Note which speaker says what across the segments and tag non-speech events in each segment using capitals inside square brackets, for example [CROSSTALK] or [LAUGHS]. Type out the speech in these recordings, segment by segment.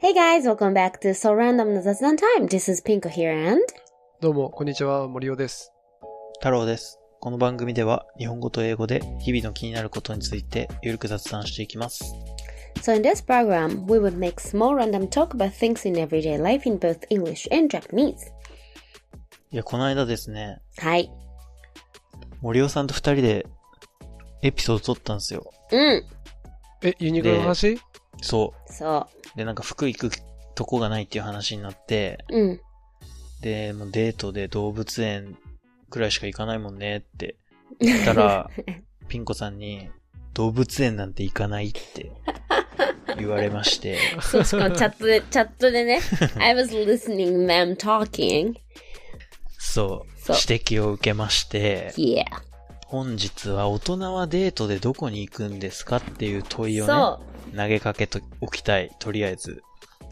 Speaker 1: Hey guys, welcome back to So Random の雑談 Time. This is Pinko here and
Speaker 2: どうも、こんにちは、森尾です。
Speaker 3: 太郎です。この番組では日本語と英語で日々の気になることについてゆるく雑談していきます。
Speaker 1: So in this program, we would make small random talk about things in everyday life in both English and Japanese.
Speaker 3: いや、この間ですね、
Speaker 1: はい。
Speaker 3: 森尾さんと二人でエピソード撮ったんですよ。
Speaker 1: うん。
Speaker 2: え、ユニクロの話
Speaker 3: そ。
Speaker 1: そう
Speaker 3: で、なんか服行くとこがないっていう話になって、
Speaker 1: う。うん。
Speaker 3: で、もうデートで動物園くらいしか行かないもんねって言っ
Speaker 1: [LAUGHS]
Speaker 3: たら、ピンコさんに動物園なんて行かないって言われ
Speaker 1: [LAUGHS]
Speaker 3: まして、
Speaker 1: そうしかもチャットで、チャットでね、I was listening them talking.
Speaker 3: そう
Speaker 1: そう、
Speaker 3: 指摘を受けまして、
Speaker 1: Yeah.
Speaker 3: 本日は大人はデートでどこに行くんですかっていう問いをね、
Speaker 1: そ
Speaker 3: 投げかけとおきたい、とりあえず。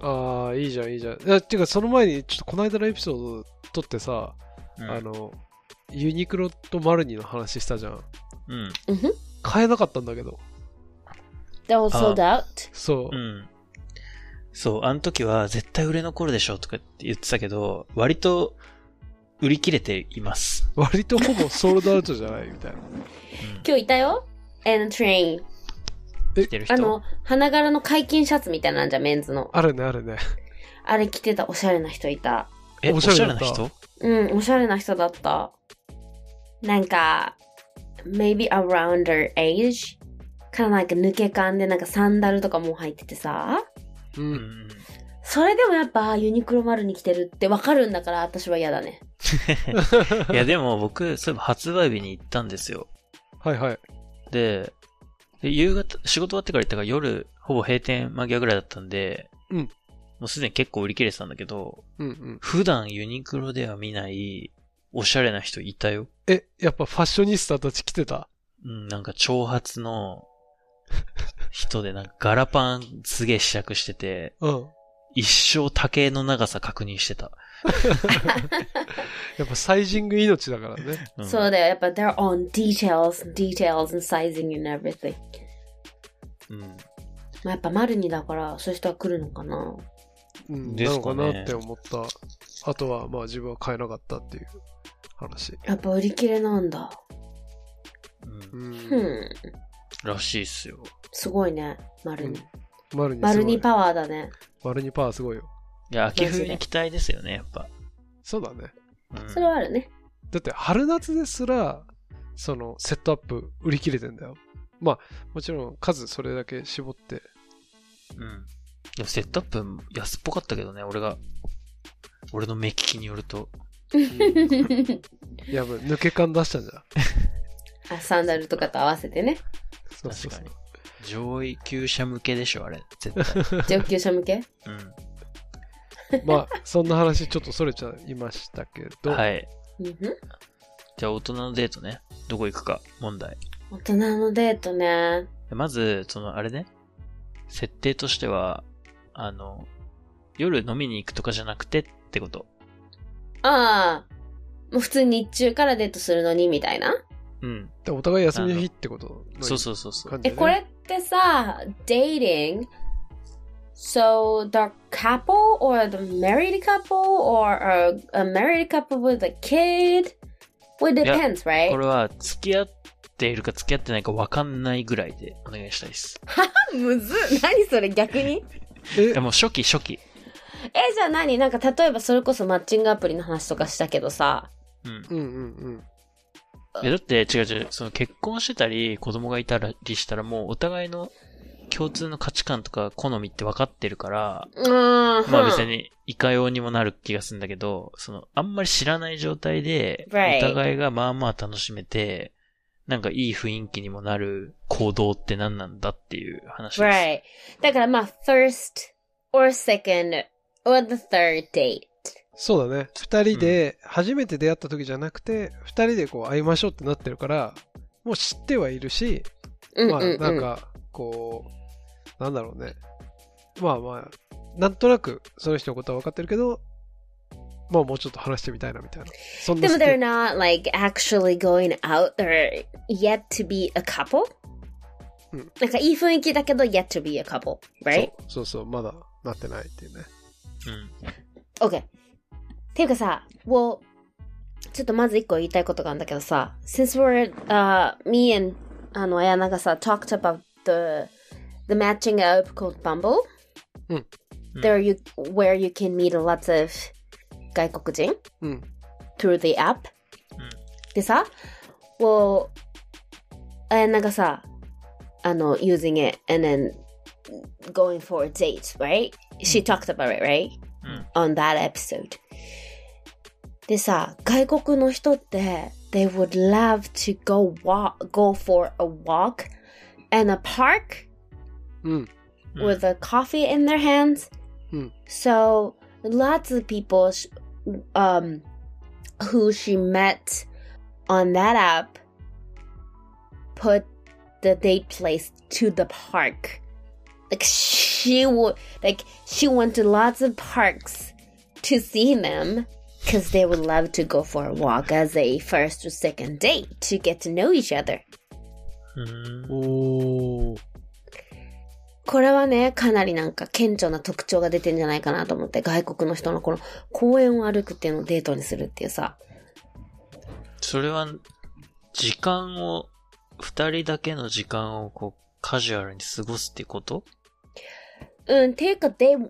Speaker 2: ああ、いいじゃん、いいじゃん。いや、てか、その前に、ちょっとこの間のエピソード撮ってさ、
Speaker 3: うん
Speaker 2: あの、ユニクロとマルニの話したじゃん。
Speaker 3: うん。
Speaker 1: う。うんふん。
Speaker 2: 買えなかったんだけど。
Speaker 1: That was sold out.
Speaker 2: そうう。
Speaker 3: ん。そう、あの時は絶対売れ残るでしょとかって言ってたけど、割と売り切れています。
Speaker 2: 割とほぼソールドアウトじゃないみ
Speaker 3: [LAUGHS]
Speaker 2: たいな。
Speaker 1: 今日いたよ ?and train.
Speaker 3: 来てる人。
Speaker 1: あの、花柄の解禁シャツみたいなんじゃん、メンズの。
Speaker 2: あるね、あるね。
Speaker 1: あれ着てたおしゃれな人いた。
Speaker 3: え、
Speaker 2: お
Speaker 3: お
Speaker 2: し
Speaker 3: し
Speaker 2: ゃれ
Speaker 3: ゃれ
Speaker 2: だっ
Speaker 3: な
Speaker 2: た
Speaker 3: 人
Speaker 1: うん、おしゃれな人だった。なんか、maybe around their age? からなんか抜け感でなんかサンダルとかもう入っててさ。
Speaker 2: う。
Speaker 3: うんん。
Speaker 1: それでもやっぱユニクロ丸に来てるってわかるんだから私は嫌だね。
Speaker 3: いや、でも僕、そういえば発売日に行ったんですよ。
Speaker 2: [LAUGHS] はいはい。
Speaker 3: で、で夕方、仕事終わってから行ったから夜、ほぼ閉店間際ぐらいだったんで、
Speaker 2: うん
Speaker 3: もうすでに結構売り切れてたんだけど、
Speaker 2: うんうん。
Speaker 3: 普段ユニクロでは見ない、おしゃれな人いたよ。
Speaker 2: え、やっぱファッショニスタたち来てた
Speaker 3: うん、なんか長髪
Speaker 2: [LAUGHS]
Speaker 3: の人で、なんかガラパンすげえ試着してて、
Speaker 2: うん。
Speaker 3: 一生竹の長さ確認してた。
Speaker 2: やっぱサイジング命だからね。
Speaker 3: うん
Speaker 1: そうだよ。やっぱ they're on details, details and sizing and everything.
Speaker 3: うん。
Speaker 1: まあ、やっぱ丸にだからそういう人は来るのかな。
Speaker 2: うん。
Speaker 3: [LAUGHS] で
Speaker 2: な
Speaker 3: す
Speaker 2: の
Speaker 3: か
Speaker 2: か
Speaker 3: ね
Speaker 2: なって思った。あとは、まあ自分は買えなかったっていう話。
Speaker 1: やっぱ売り切れなんだ。
Speaker 3: うん。
Speaker 2: う。
Speaker 1: うんん。
Speaker 3: らしいっすよ。
Speaker 1: すごいね。丸に。
Speaker 2: マルニすごい
Speaker 1: 丸にパワーだね。
Speaker 2: 丸にパワーすごいよ。
Speaker 3: いや、秋冬に期待ですよね、やっぱ。
Speaker 2: そうだね。
Speaker 3: うん
Speaker 1: それはあるね。
Speaker 2: だって春夏ですら、そのセットアップ売り切れてんだよ。まあ、もちろん数それだけ絞って。
Speaker 3: うん。でもセットアップ安っぽかったけどね、俺が。俺の目利きによると。
Speaker 2: やばい、 [LAUGHS] 抜け感出したんじゃん。
Speaker 1: あサンダルとかと合わせてね。
Speaker 2: そうそ
Speaker 3: 確
Speaker 2: うそ
Speaker 3: か
Speaker 2: う
Speaker 3: に。。上位級者向けでしょ、あれ。絶
Speaker 2: [LAUGHS]
Speaker 3: 対。
Speaker 1: 上級者向け
Speaker 3: う
Speaker 2: まあ、そんな話ちょっとそれちゃいましたけど、
Speaker 3: ん。はい。
Speaker 1: うんふん
Speaker 3: じゃあ、大人のデートね。どこ行くか、問題。
Speaker 1: 大人のデートね。
Speaker 3: まず、その、あれね。設定としては、あの、夜飲みに行くとかじゃなくてってこと。
Speaker 1: ああ。もう普通に日中からデートするのにみたいな。
Speaker 3: うん。
Speaker 2: でお互い休みの日ってこと
Speaker 3: そうそうそうそう。
Speaker 1: え、これってさ、dating, so the couple or the married couple or a, a married couple with a kid? Well, it
Speaker 3: いや
Speaker 1: depends, right?
Speaker 3: これは、付き合っているか付き合ってないか分かんないぐらいでお願いしたい [LAUGHS] で
Speaker 1: [LAUGHS]
Speaker 3: す。
Speaker 1: むずっ。何それ逆に
Speaker 2: え
Speaker 3: いや、もう初期初期。
Speaker 1: え、じゃあ何なんか例えばそれこそマッチングアプリの話とかしたけどさ。
Speaker 3: うん。
Speaker 2: うんうんうん。
Speaker 3: え、だって違う違う、その結婚してたり、子供がいたりしたらもうお互いの共通の価値観とか好みって分かってるから、
Speaker 1: うーん。
Speaker 3: まあ別にいかようにもなる気がするんだけど、その、あんまり知らない状態で、お
Speaker 1: Right.
Speaker 3: 互いがまあまあ楽しめて、なんかいい雰囲気にもなる行動って何なんだっていう話です。
Speaker 1: Right. だからまあ、first or second or the third date.
Speaker 2: そうだね。二人で、初めて出会った時じゃなくて、二人でこう会いましょうってなってるから、もう知ってはいるし、
Speaker 1: うん
Speaker 2: まあ
Speaker 1: うんうん。
Speaker 2: なんかこうなんだろうねまあまあなんとなくその人のことは分かってるけどまあもうちょっと話してみたいなみたいなそん
Speaker 1: で
Speaker 2: な
Speaker 1: も they're
Speaker 2: ステ
Speaker 1: not like actually going out. They're yet to be a couple.
Speaker 2: うん
Speaker 1: なんかいい雰囲気だけど yet to be a couple.
Speaker 2: ッ
Speaker 1: Right?
Speaker 2: プそうそうそうまだなってないっていうね。
Speaker 3: うん。
Speaker 1: OK。ていうかさ、well, ちょっとまず一個言いたいことがあるんだけどさ、since we're,、uh, me and あの、綾永さ、talked about the, the matching app called Bumble.
Speaker 2: うん
Speaker 1: There you, where you can meet lots of 外国人
Speaker 2: うん
Speaker 1: through the app.
Speaker 3: うん
Speaker 1: でさ、well, 綾永さ、あの、using it and then going for a date, right? She talked about it, right?
Speaker 3: うん
Speaker 1: on that episode. でさ、外国の人って、they would love to go walk, go for a walk in a park
Speaker 2: うん。
Speaker 3: うん
Speaker 1: with a coffee in their hands.
Speaker 2: うん
Speaker 1: So, lots of people sh- um, who she met on that app put the date place to the park. Like she would, like she went to lots of parks to see them because they would love to go for a walk as a first or second date to get to know each other.
Speaker 3: うん。
Speaker 2: おー。
Speaker 1: これはね、かなりなんか顕著な特徴が出てんじゃないかなと思って、外国の人のこの公園を歩くっていうのをデートにするっていうさ。
Speaker 3: それは、時間を、二人だけの時間をこう、カジュアルに過ごすってこと
Speaker 1: うん、ていうか、they Um,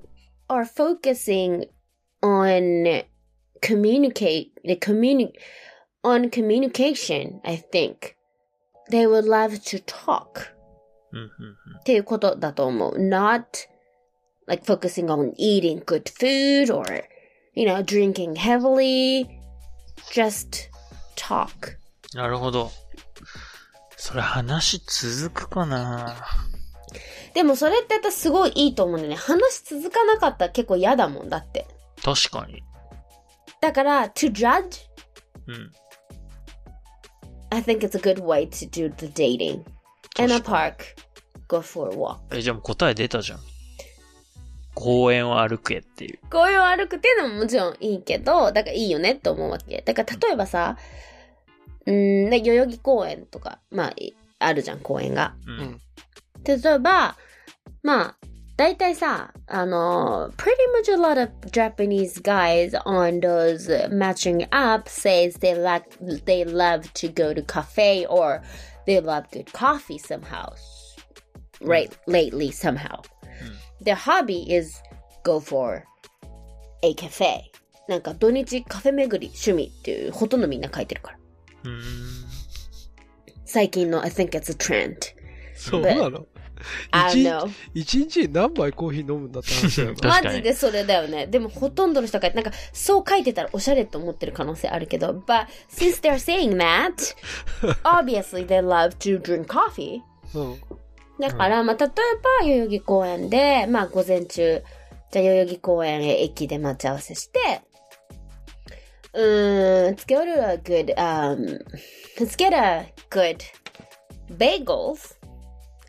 Speaker 1: are focusing on communicate, the communi on communication, I think. They would love to talk
Speaker 3: うん、うん、
Speaker 1: っていうことだと思う。not like focusing on eating good food or, you know, drinking heavily. Just talk.
Speaker 3: うん。なるほど。それ話続くかな
Speaker 1: でもそれって私すごいいいと思うんだよね。話続かなかったら結構嫌だもんだって。
Speaker 3: 確かに。
Speaker 1: だから、to judge,
Speaker 3: うん。
Speaker 1: I think it's a good way to do the dating. In a
Speaker 3: 確か
Speaker 1: park, go for a walk.
Speaker 3: にえ、じゃあもう答え出たじゃん。公園を歩けっていう。
Speaker 1: 公園を歩くっていうのももちろんいいけど、だからいいよねって思うわけ。だから例えばさ、うーん、で代々木公園とか、まあ、いあるじゃん、公園が。
Speaker 3: う。
Speaker 2: うんん。
Speaker 1: 例えば、まあ、大体さ、あの、pretty much a lot of Japanese guys on those matching app says they like, they love to go to cafe or they love good coffee somehow. Right, lately somehow. Their hobby is go for a cafe. なんか土日カフェ巡り趣味っていうほとんどみんな書いてるから。
Speaker 3: うーん。
Speaker 1: 最近の I think it's a trend.
Speaker 2: そうなの
Speaker 1: I
Speaker 2: 一
Speaker 1: don't
Speaker 2: 日
Speaker 1: know.
Speaker 2: 一日に何杯コーヒー飲むんだって話だよ
Speaker 3: 確
Speaker 2: な。
Speaker 1: マ
Speaker 3: かに
Speaker 1: ジでそれだよね。でもほとんどの人が、なんか、そう書いてたらおしゃれと思ってる可能性あるけど、but since they're saying
Speaker 3: [LAUGHS]
Speaker 1: that, obviously they love to drink coffee.
Speaker 2: うん。
Speaker 1: だから、まあ、例えば、代々木公園で、まあ、午前中、じゃあ代々木公園へ駅で待ち合わせして、うーん、let's get a good, um, let's get a good bagels.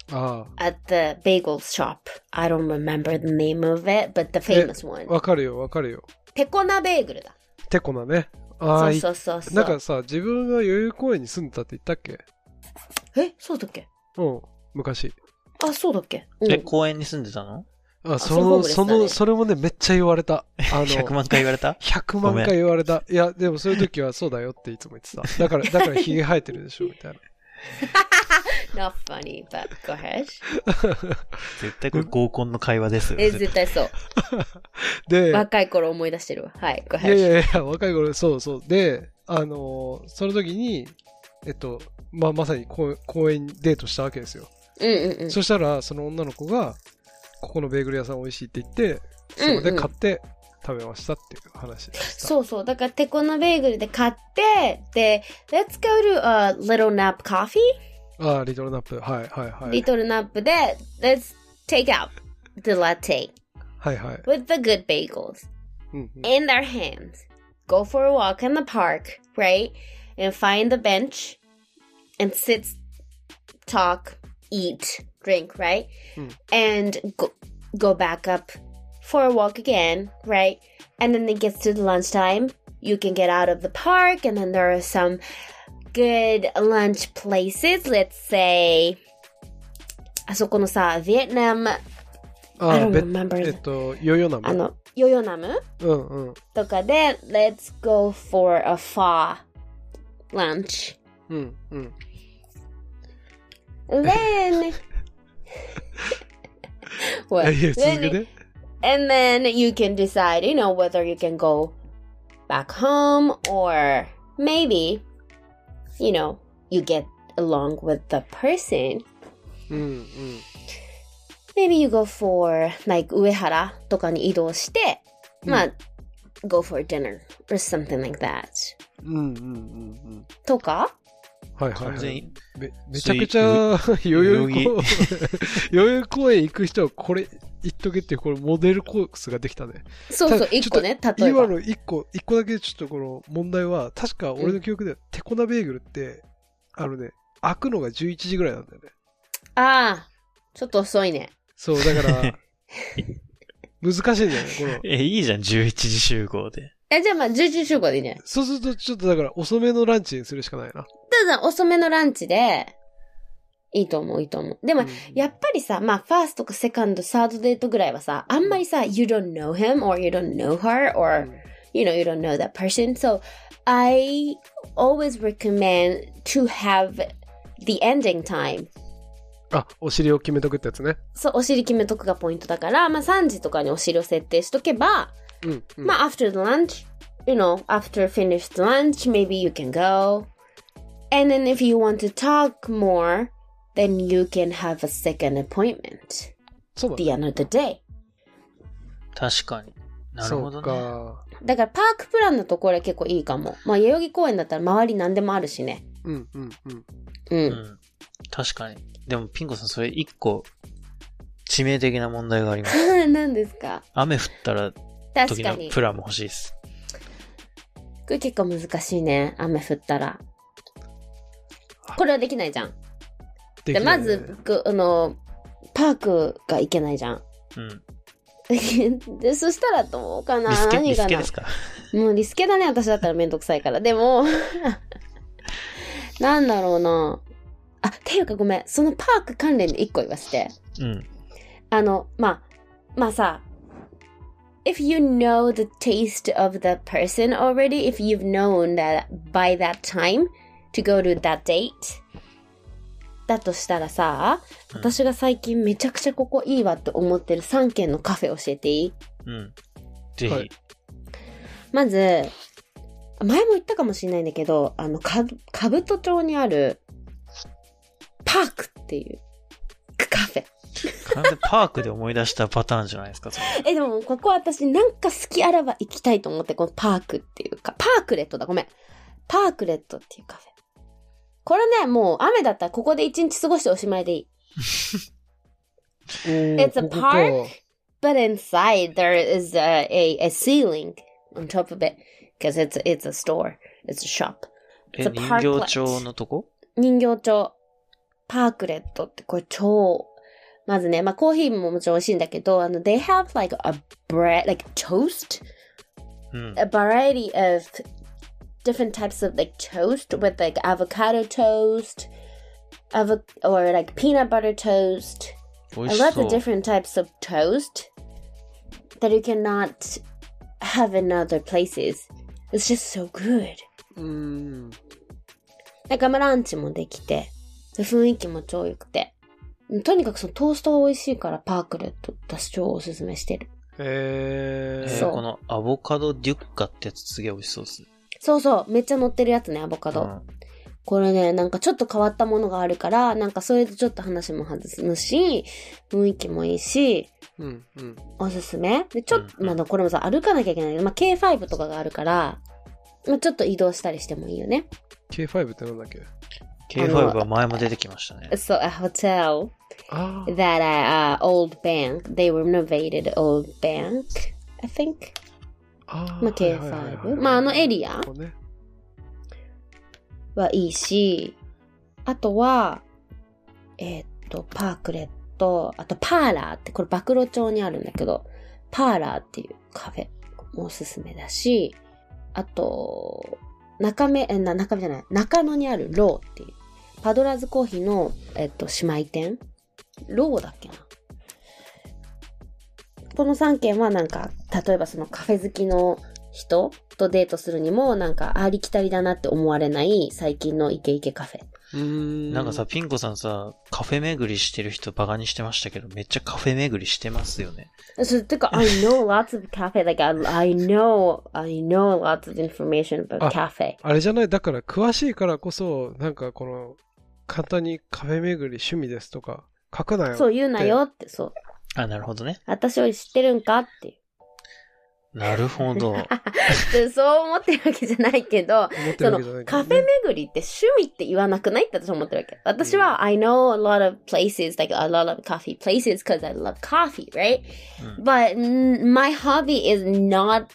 Speaker 2: あ
Speaker 1: at the bagel shop. I don't remember the name of it, but the famous
Speaker 2: あ。
Speaker 1: one.
Speaker 2: わかるよ、わかるよ。
Speaker 1: ペコナベーグルだ。
Speaker 2: てこなね。あ
Speaker 1: そ
Speaker 2: あ
Speaker 1: う
Speaker 2: い
Speaker 1: そうそうそう。
Speaker 2: なんかさ、自分が代々木公園に住んでたって言ったっけ
Speaker 1: え、そうだっけ
Speaker 2: うん、昔。
Speaker 1: あ、そうだっけ、うん
Speaker 3: え、公園に住んでたの
Speaker 2: あ、そ
Speaker 1: そう
Speaker 2: の、
Speaker 1: です
Speaker 2: そ
Speaker 1: かね
Speaker 2: の、それもね、めっちゃ言われた。あ [LAUGHS]
Speaker 3: ?100
Speaker 2: の、
Speaker 3: 万回言われた
Speaker 2: 100万回言われた。いや、でもそういう時はそうだよっていつも言って
Speaker 1: [LAUGHS]
Speaker 2: た。だから、だからヒゲ生えてるでしょ、みたいな。
Speaker 1: Not funny, but go ahead.
Speaker 3: 絶対これ合コンの会話ですよ。
Speaker 1: え、絶対そう。
Speaker 2: で、
Speaker 1: 若い頃思い出してるわ。はい、go
Speaker 2: いやい
Speaker 1: ahead.
Speaker 2: やいや、若い頃、そうそう。で、あのーその時に、えっと、まあ、まさに公公園にデートしたわけですよ。
Speaker 1: うんうんうん。
Speaker 2: そしたら、その女の子が、ここのベーグル屋さん美味しいって言って、そこで買って食べましたっていう話でした。
Speaker 1: そうそう。だから、テコナベーグルで買って、で、Let's go to a little nap coffee?
Speaker 2: ああ、リトルナップ。はいはいは
Speaker 1: リ
Speaker 2: い。
Speaker 1: トルナップで、Let's take out the latte
Speaker 2: はいはい。
Speaker 1: with the good bagels.
Speaker 2: うんうん、
Speaker 1: in their hands. Go for a walk in the park, right? And find the bench and sit, talk, eat, drink, right?
Speaker 2: Mm.
Speaker 1: And go, go back up for a walk again, right? And then it gets to the lunchtime. You can get out of the park, and then there are some good lunch places. Let's say, あそこのさ、Vietnam
Speaker 2: あ
Speaker 1: I
Speaker 2: あ、
Speaker 1: don't
Speaker 2: べ
Speaker 1: remember Ah,
Speaker 2: え
Speaker 1: the-
Speaker 2: っと、ヨーヨーナム
Speaker 1: あの、ヨヨナム
Speaker 2: うんうん。
Speaker 1: とかで、Let's go for a far lunch.
Speaker 2: うんうん。
Speaker 1: Then, what?
Speaker 2: いや、続
Speaker 1: Then-
Speaker 2: けて。
Speaker 1: and then you can decide, you know, whether you can go back home or maybe, you know, you get along with the person.
Speaker 2: うんうん。
Speaker 1: Maybe you go for like 上原とかに移動して、
Speaker 2: うん
Speaker 1: まあ、go for dinner or something like that
Speaker 2: うんうんうんうん。
Speaker 1: とか
Speaker 2: はいはい、
Speaker 3: 完
Speaker 2: は
Speaker 3: 全
Speaker 2: い。
Speaker 3: に、
Speaker 2: めめちゃくちゃ、ヨーヨ [LAUGHS] ー公園、ヨーヨー公園行く人はこれ言っとけっていう、これモデルコースができたね。
Speaker 1: そう
Speaker 2: た
Speaker 1: そ
Speaker 2: だ
Speaker 1: う、一個ね、例えば
Speaker 2: 今。の一個、一個だけちょっとこの問題は、確か俺の記憶では、テコナベーグルって、あのね、開くのが11時ぐらいなんだよね。
Speaker 1: ああ、ちょっと遅いね。
Speaker 2: そう、だから、
Speaker 1: [LAUGHS]
Speaker 2: 難しいんだよね、この。
Speaker 3: え、いいじゃん、11時集合で。
Speaker 1: え、じゃあまあ、11集合でいいね。
Speaker 2: そうすると、ちょっとだから、遅めのランチにするしかないな。
Speaker 1: ただ、遅めのランチで、いいと思う、いいと思う。でも、
Speaker 2: うん
Speaker 1: やっぱりさ、まあ、ファーストかセカンド、サードデートぐらいはさ、あんまりさ、you don't know him, or you don't know her,
Speaker 2: う
Speaker 1: or
Speaker 2: ん
Speaker 1: you know you don't know that person so i always recommend to have the ending time
Speaker 2: あ、お尻を決めとくってやつね。
Speaker 1: そうお尻決めとくがポイントだから、まあ、3時とかにお尻を設定しとけば、
Speaker 2: うん。うん
Speaker 1: まあ after the lunch you know after finished lunch maybe you can go and then if you want to talk more then you can have a second appointment
Speaker 2: そうだね
Speaker 1: the end of the day
Speaker 3: 確かに。なるほど
Speaker 2: そう
Speaker 3: ね。
Speaker 2: か。
Speaker 1: だからパークプランだとこれ結構いいかもまあ代々木公園だったら周り何でもあるしね
Speaker 2: うんうんうん。
Speaker 1: う、
Speaker 3: うんん。確かに。でも、ピンコさん、それ一個、致命的な問題がありま
Speaker 1: [LAUGHS]
Speaker 3: す。
Speaker 1: 何ですか
Speaker 3: 雨降ったら、
Speaker 1: 確
Speaker 3: 時
Speaker 1: か
Speaker 3: の
Speaker 1: に
Speaker 3: プランも欲しいです。
Speaker 1: これ結構難しいね雨降ったらこれはできないじゃんで
Speaker 2: できな
Speaker 1: ま
Speaker 2: いね
Speaker 1: ず、くあのパークが行けないじゃん
Speaker 3: うん。
Speaker 1: [LAUGHS] でそしたらどうかな
Speaker 3: リスケ、
Speaker 1: 何
Speaker 3: リス
Speaker 1: が
Speaker 3: ケ
Speaker 1: な
Speaker 3: ですか
Speaker 1: もうリスケだね私だったらめんどくさいからでも [LAUGHS] なんだろうなあっていうかごめんそのパーク関連で一個言わせて
Speaker 3: うん。
Speaker 1: あのまあまあさ If you know the taste of the person already, if you've known that by that time to go to that date, だとしたらさ、
Speaker 3: うん
Speaker 1: 私が最近めちゃくちゃここいいわって思ってる3軒のカフェ教えていい
Speaker 3: うん。ぜひ。
Speaker 2: はい
Speaker 1: まず、前も言ったかもしれないんだけど、あの、か、兜町にある、パークっていう、カフェ。
Speaker 3: 完全にパークで思い出したパターンじゃないですか、それ
Speaker 1: え、でも、ここ私、なんか好きあらば行きたいと思って、このパークっていうか、パークレットだ、ごめん。パークレットっていうカフェ。これね、もう、雨だったらここで一日過ごしておしまいでいい。
Speaker 2: おー
Speaker 1: It's a
Speaker 2: ここか
Speaker 1: park? But inside, there is a, a, a ceiling on top of it, because it's, it's a store, it's a shop.
Speaker 3: え、
Speaker 1: It's a
Speaker 3: 人
Speaker 1: parklet
Speaker 3: 形町のとこ
Speaker 1: 人形町、パークレットってこれ超、まずね、まあコーヒーももちろん美味しいんだけど、あの、they have like a bread, like toast,
Speaker 3: うん。
Speaker 1: a variety of different types of like toast with like avocado toast, avo or like peanut butter toast,
Speaker 3: 美
Speaker 1: a
Speaker 3: 味し
Speaker 1: lot
Speaker 3: そ
Speaker 1: of
Speaker 3: う。
Speaker 1: different types of toast that you cannot have in other places. It's just so good.
Speaker 2: うん。
Speaker 1: なんかまあランチもできて、で雰囲気も超良くて。とにかくそのトーストが美味しいからパークレット私超おすすめしてる。
Speaker 2: え
Speaker 3: え
Speaker 2: ー、
Speaker 1: そう
Speaker 3: ー、このアボカドデュッカってやつすげえ美味しそうですね。
Speaker 1: そうそう、めっちゃ乗ってるやつね、アボカ
Speaker 3: う
Speaker 1: ド。
Speaker 3: ん。
Speaker 1: これね、なんかちょっと変わったものがあるから、なんかそれでちょっと話も外すし、雰囲気もいいし、
Speaker 2: うんうん。
Speaker 1: おすすめ。で、ちょっ
Speaker 3: う
Speaker 1: と、
Speaker 3: ん
Speaker 1: まあこれもさ、歩かなきゃいけないけど、まあ K5 とかがあるから、まあちょっと移動したりしてもいいよね。
Speaker 2: K5 ってなんだっけ
Speaker 3: K5 は前も出てきましたね。
Speaker 1: So a hotel
Speaker 2: ああ。
Speaker 1: that uh, uh, old bank, they renovated old bank, I think.
Speaker 2: あー
Speaker 1: まあ、K5、まあ、あのエリア
Speaker 2: ここね
Speaker 1: はいいし、あとは、えーっと、パークレット、あとパーラーって、これ暴露町にあるんだけど、パーラーっていうカフェもおすすめだし、あと、中目、え、な、中目じゃない、中野にあるローっていう、パドラーズコーヒーの、えっと、姉妹店ローだっけなこの3件はなんか、例えばそのカフェ好きの人とデートするにも、なんか、ありきたりだなって思われない最近のイケイケカフェ。
Speaker 2: うん
Speaker 3: [LAUGHS] なんかさ、、ピンコさんさ、カフェ巡りしてる人バカにしてましたけど、めっちゃカフェ巡りしてますよね。
Speaker 1: So, てか I know lots of cafe, like I, I know, I know lots of information about
Speaker 2: あ
Speaker 1: cafe.
Speaker 2: あれじゃない、だから詳しいからこそ、なんかこの、簡単にカフェ巡り趣味ですとか、書くなよ。
Speaker 1: そう言うなよって、そう。
Speaker 3: あ、なるほどね。
Speaker 1: 私を知ってるんかっていう。
Speaker 3: なる
Speaker 1: [LAUGHS]
Speaker 3: ほど。
Speaker 1: でそう思ってるわけじゃないけど、
Speaker 2: 思って
Speaker 1: そ
Speaker 2: るわ
Speaker 1: の
Speaker 2: けじゃないけど
Speaker 1: カフ
Speaker 2: ね
Speaker 1: ェ巡りって趣味って言わなくないって私は思ってるわけ。私は、I know a lot of places, like a lot of coffee places because I love coffee, right?
Speaker 3: う
Speaker 1: But mm, my hobby is not,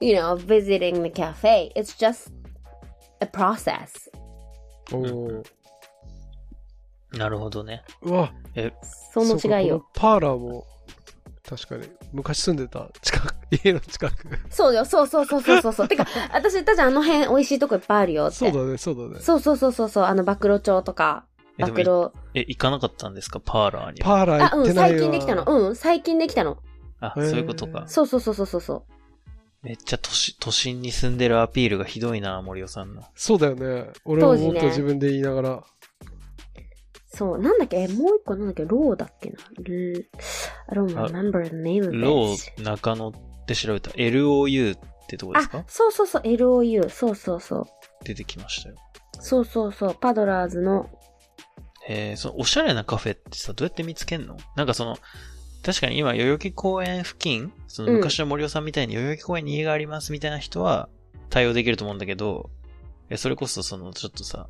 Speaker 1: you know, visiting the cafe. It's just a process.
Speaker 2: おー
Speaker 3: なるほどね。
Speaker 2: うわ、
Speaker 1: その違い
Speaker 2: そう
Speaker 1: よ
Speaker 2: か。。このパーラーも、確かに、昔住んでた近く、家の近く。
Speaker 1: そうよ、そうそうそうそうそう
Speaker 2: [LAUGHS]
Speaker 1: そう。てか、私言ったじゃん、あの辺美味しいとこいっぱいあるよって。
Speaker 2: そうだね、そうだね。
Speaker 1: そうそうそうそうそう、あの、暴露町とか、
Speaker 3: え、
Speaker 1: 暴
Speaker 3: でも、
Speaker 1: 露。
Speaker 3: え、行かなかったんですかパーラーには。
Speaker 2: パーラー
Speaker 1: あ、
Speaker 2: 行
Speaker 1: う
Speaker 2: っ
Speaker 1: ん、
Speaker 2: てない
Speaker 1: 最
Speaker 2: わ
Speaker 1: 近できたの。うん、最近できたの。
Speaker 3: あ、
Speaker 2: へ
Speaker 3: そ
Speaker 2: ー
Speaker 3: ういうことか。
Speaker 1: そうそうそうそうそうそう。
Speaker 3: めっちゃ都市、都心に住んでるアピールがひどいな、森尾さんの。
Speaker 2: そうだよね。俺も
Speaker 1: 当
Speaker 2: も
Speaker 1: 時
Speaker 2: っ
Speaker 1: ね
Speaker 2: と自分で言いながら。
Speaker 1: そう、なんだっけえもう一個なんだっけローだっけなル I don't
Speaker 3: あ
Speaker 1: remember the name of
Speaker 3: ロ
Speaker 1: it.
Speaker 3: ー中野って調べた。LOU ってとこです
Speaker 1: あ
Speaker 3: か、
Speaker 1: そうそうそう、LOU。そうそうそう。
Speaker 3: 出てきましたよ。
Speaker 1: そうそうそう、パドラーズの。
Speaker 3: えー、そのおしゃれなカフェってさ、どうやって見つけんのなんかその、確かに今、代々木公園付近、その
Speaker 1: うん
Speaker 3: 昔の森尾さんみたいに代々木公園に家がありますみたいな人は対応できると思うんだけど、えそれこそその、ちょっとさ、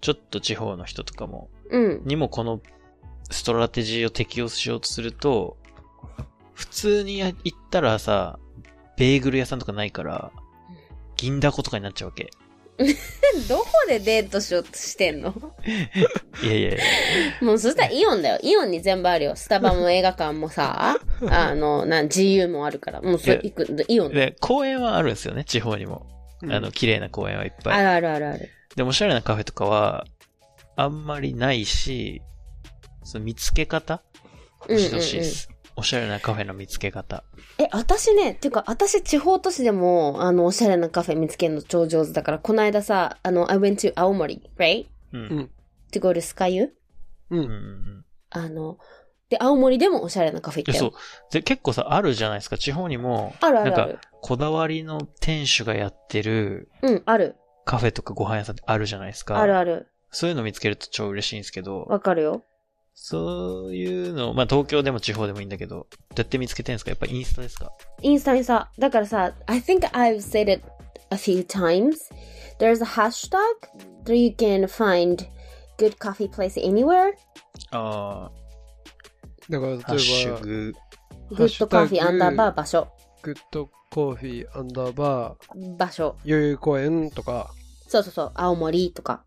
Speaker 3: ちょっと地方の人とかも、
Speaker 1: うん。
Speaker 3: にもこのストラテジーを適用しようとすると、普通にや行ったらさ、ベーグル屋さんとかないから、銀だことかになっちゃうわけ。
Speaker 1: どこでデートしようとしてんの
Speaker 3: いやいやいや。
Speaker 1: もうそしたらイオンだよ。イオンに全部あるよ。スタバも映画館も
Speaker 3: [LAUGHS]
Speaker 1: さ、あの、なん、GU もあるから。もうそれ
Speaker 3: い
Speaker 1: 行く、イオンだよ。
Speaker 3: で、公園はあるんですよね、地方にも。
Speaker 2: うん
Speaker 3: あの、綺麗な公園はいっぱい。
Speaker 1: あるあるあるある。
Speaker 3: でも、おしゃれなカフェとかは、あんまりないし、その見つけ方
Speaker 1: うんうんうん
Speaker 3: 教えてほしいです。おしゃれなカフェの見つけ方。
Speaker 1: え、私ね、ていうか、私、地方都市でも、あの、おしゃれなカフェ見つけるの超上手だから、この間さ、あの、I went to 青森、right?
Speaker 3: うん。
Speaker 2: うん
Speaker 1: to go to スカユ
Speaker 2: う
Speaker 3: うんうん
Speaker 2: ん。
Speaker 3: うん
Speaker 1: あの、で、青森でもおしゃれなカフェ行
Speaker 3: え
Speaker 1: った
Speaker 3: そう
Speaker 1: よ。
Speaker 3: で。結構さ、あるじゃないですか。地方にも、
Speaker 1: あるあるあ
Speaker 3: なん
Speaker 1: る
Speaker 3: か、。こだわりの店主がやってる
Speaker 1: うん、ある。
Speaker 3: カフェとかご飯屋さんってあるじゃないですか。
Speaker 1: あるある。
Speaker 3: そういうの見つけると超嬉しいんですけど、
Speaker 1: わかるよ。
Speaker 3: そういうの、まあ東京でも地方でもいいんだけど、どうやって見つけてんですかやっぱインスタですか
Speaker 1: インスタにさ、だからさ、I think I've said it a few times. There's a hashtag that you can find good coffee place anywhere.
Speaker 3: あ
Speaker 2: だから、例えば、
Speaker 3: あ、ハッシュグ。
Speaker 2: ハ
Speaker 1: Good
Speaker 2: ッシュタグ
Speaker 1: coffee アンダーバー場所。
Speaker 2: グッドコーヒーアンダーバー、
Speaker 1: 場所。
Speaker 2: 代々木公園とか、
Speaker 1: そうそうそう、青森とか。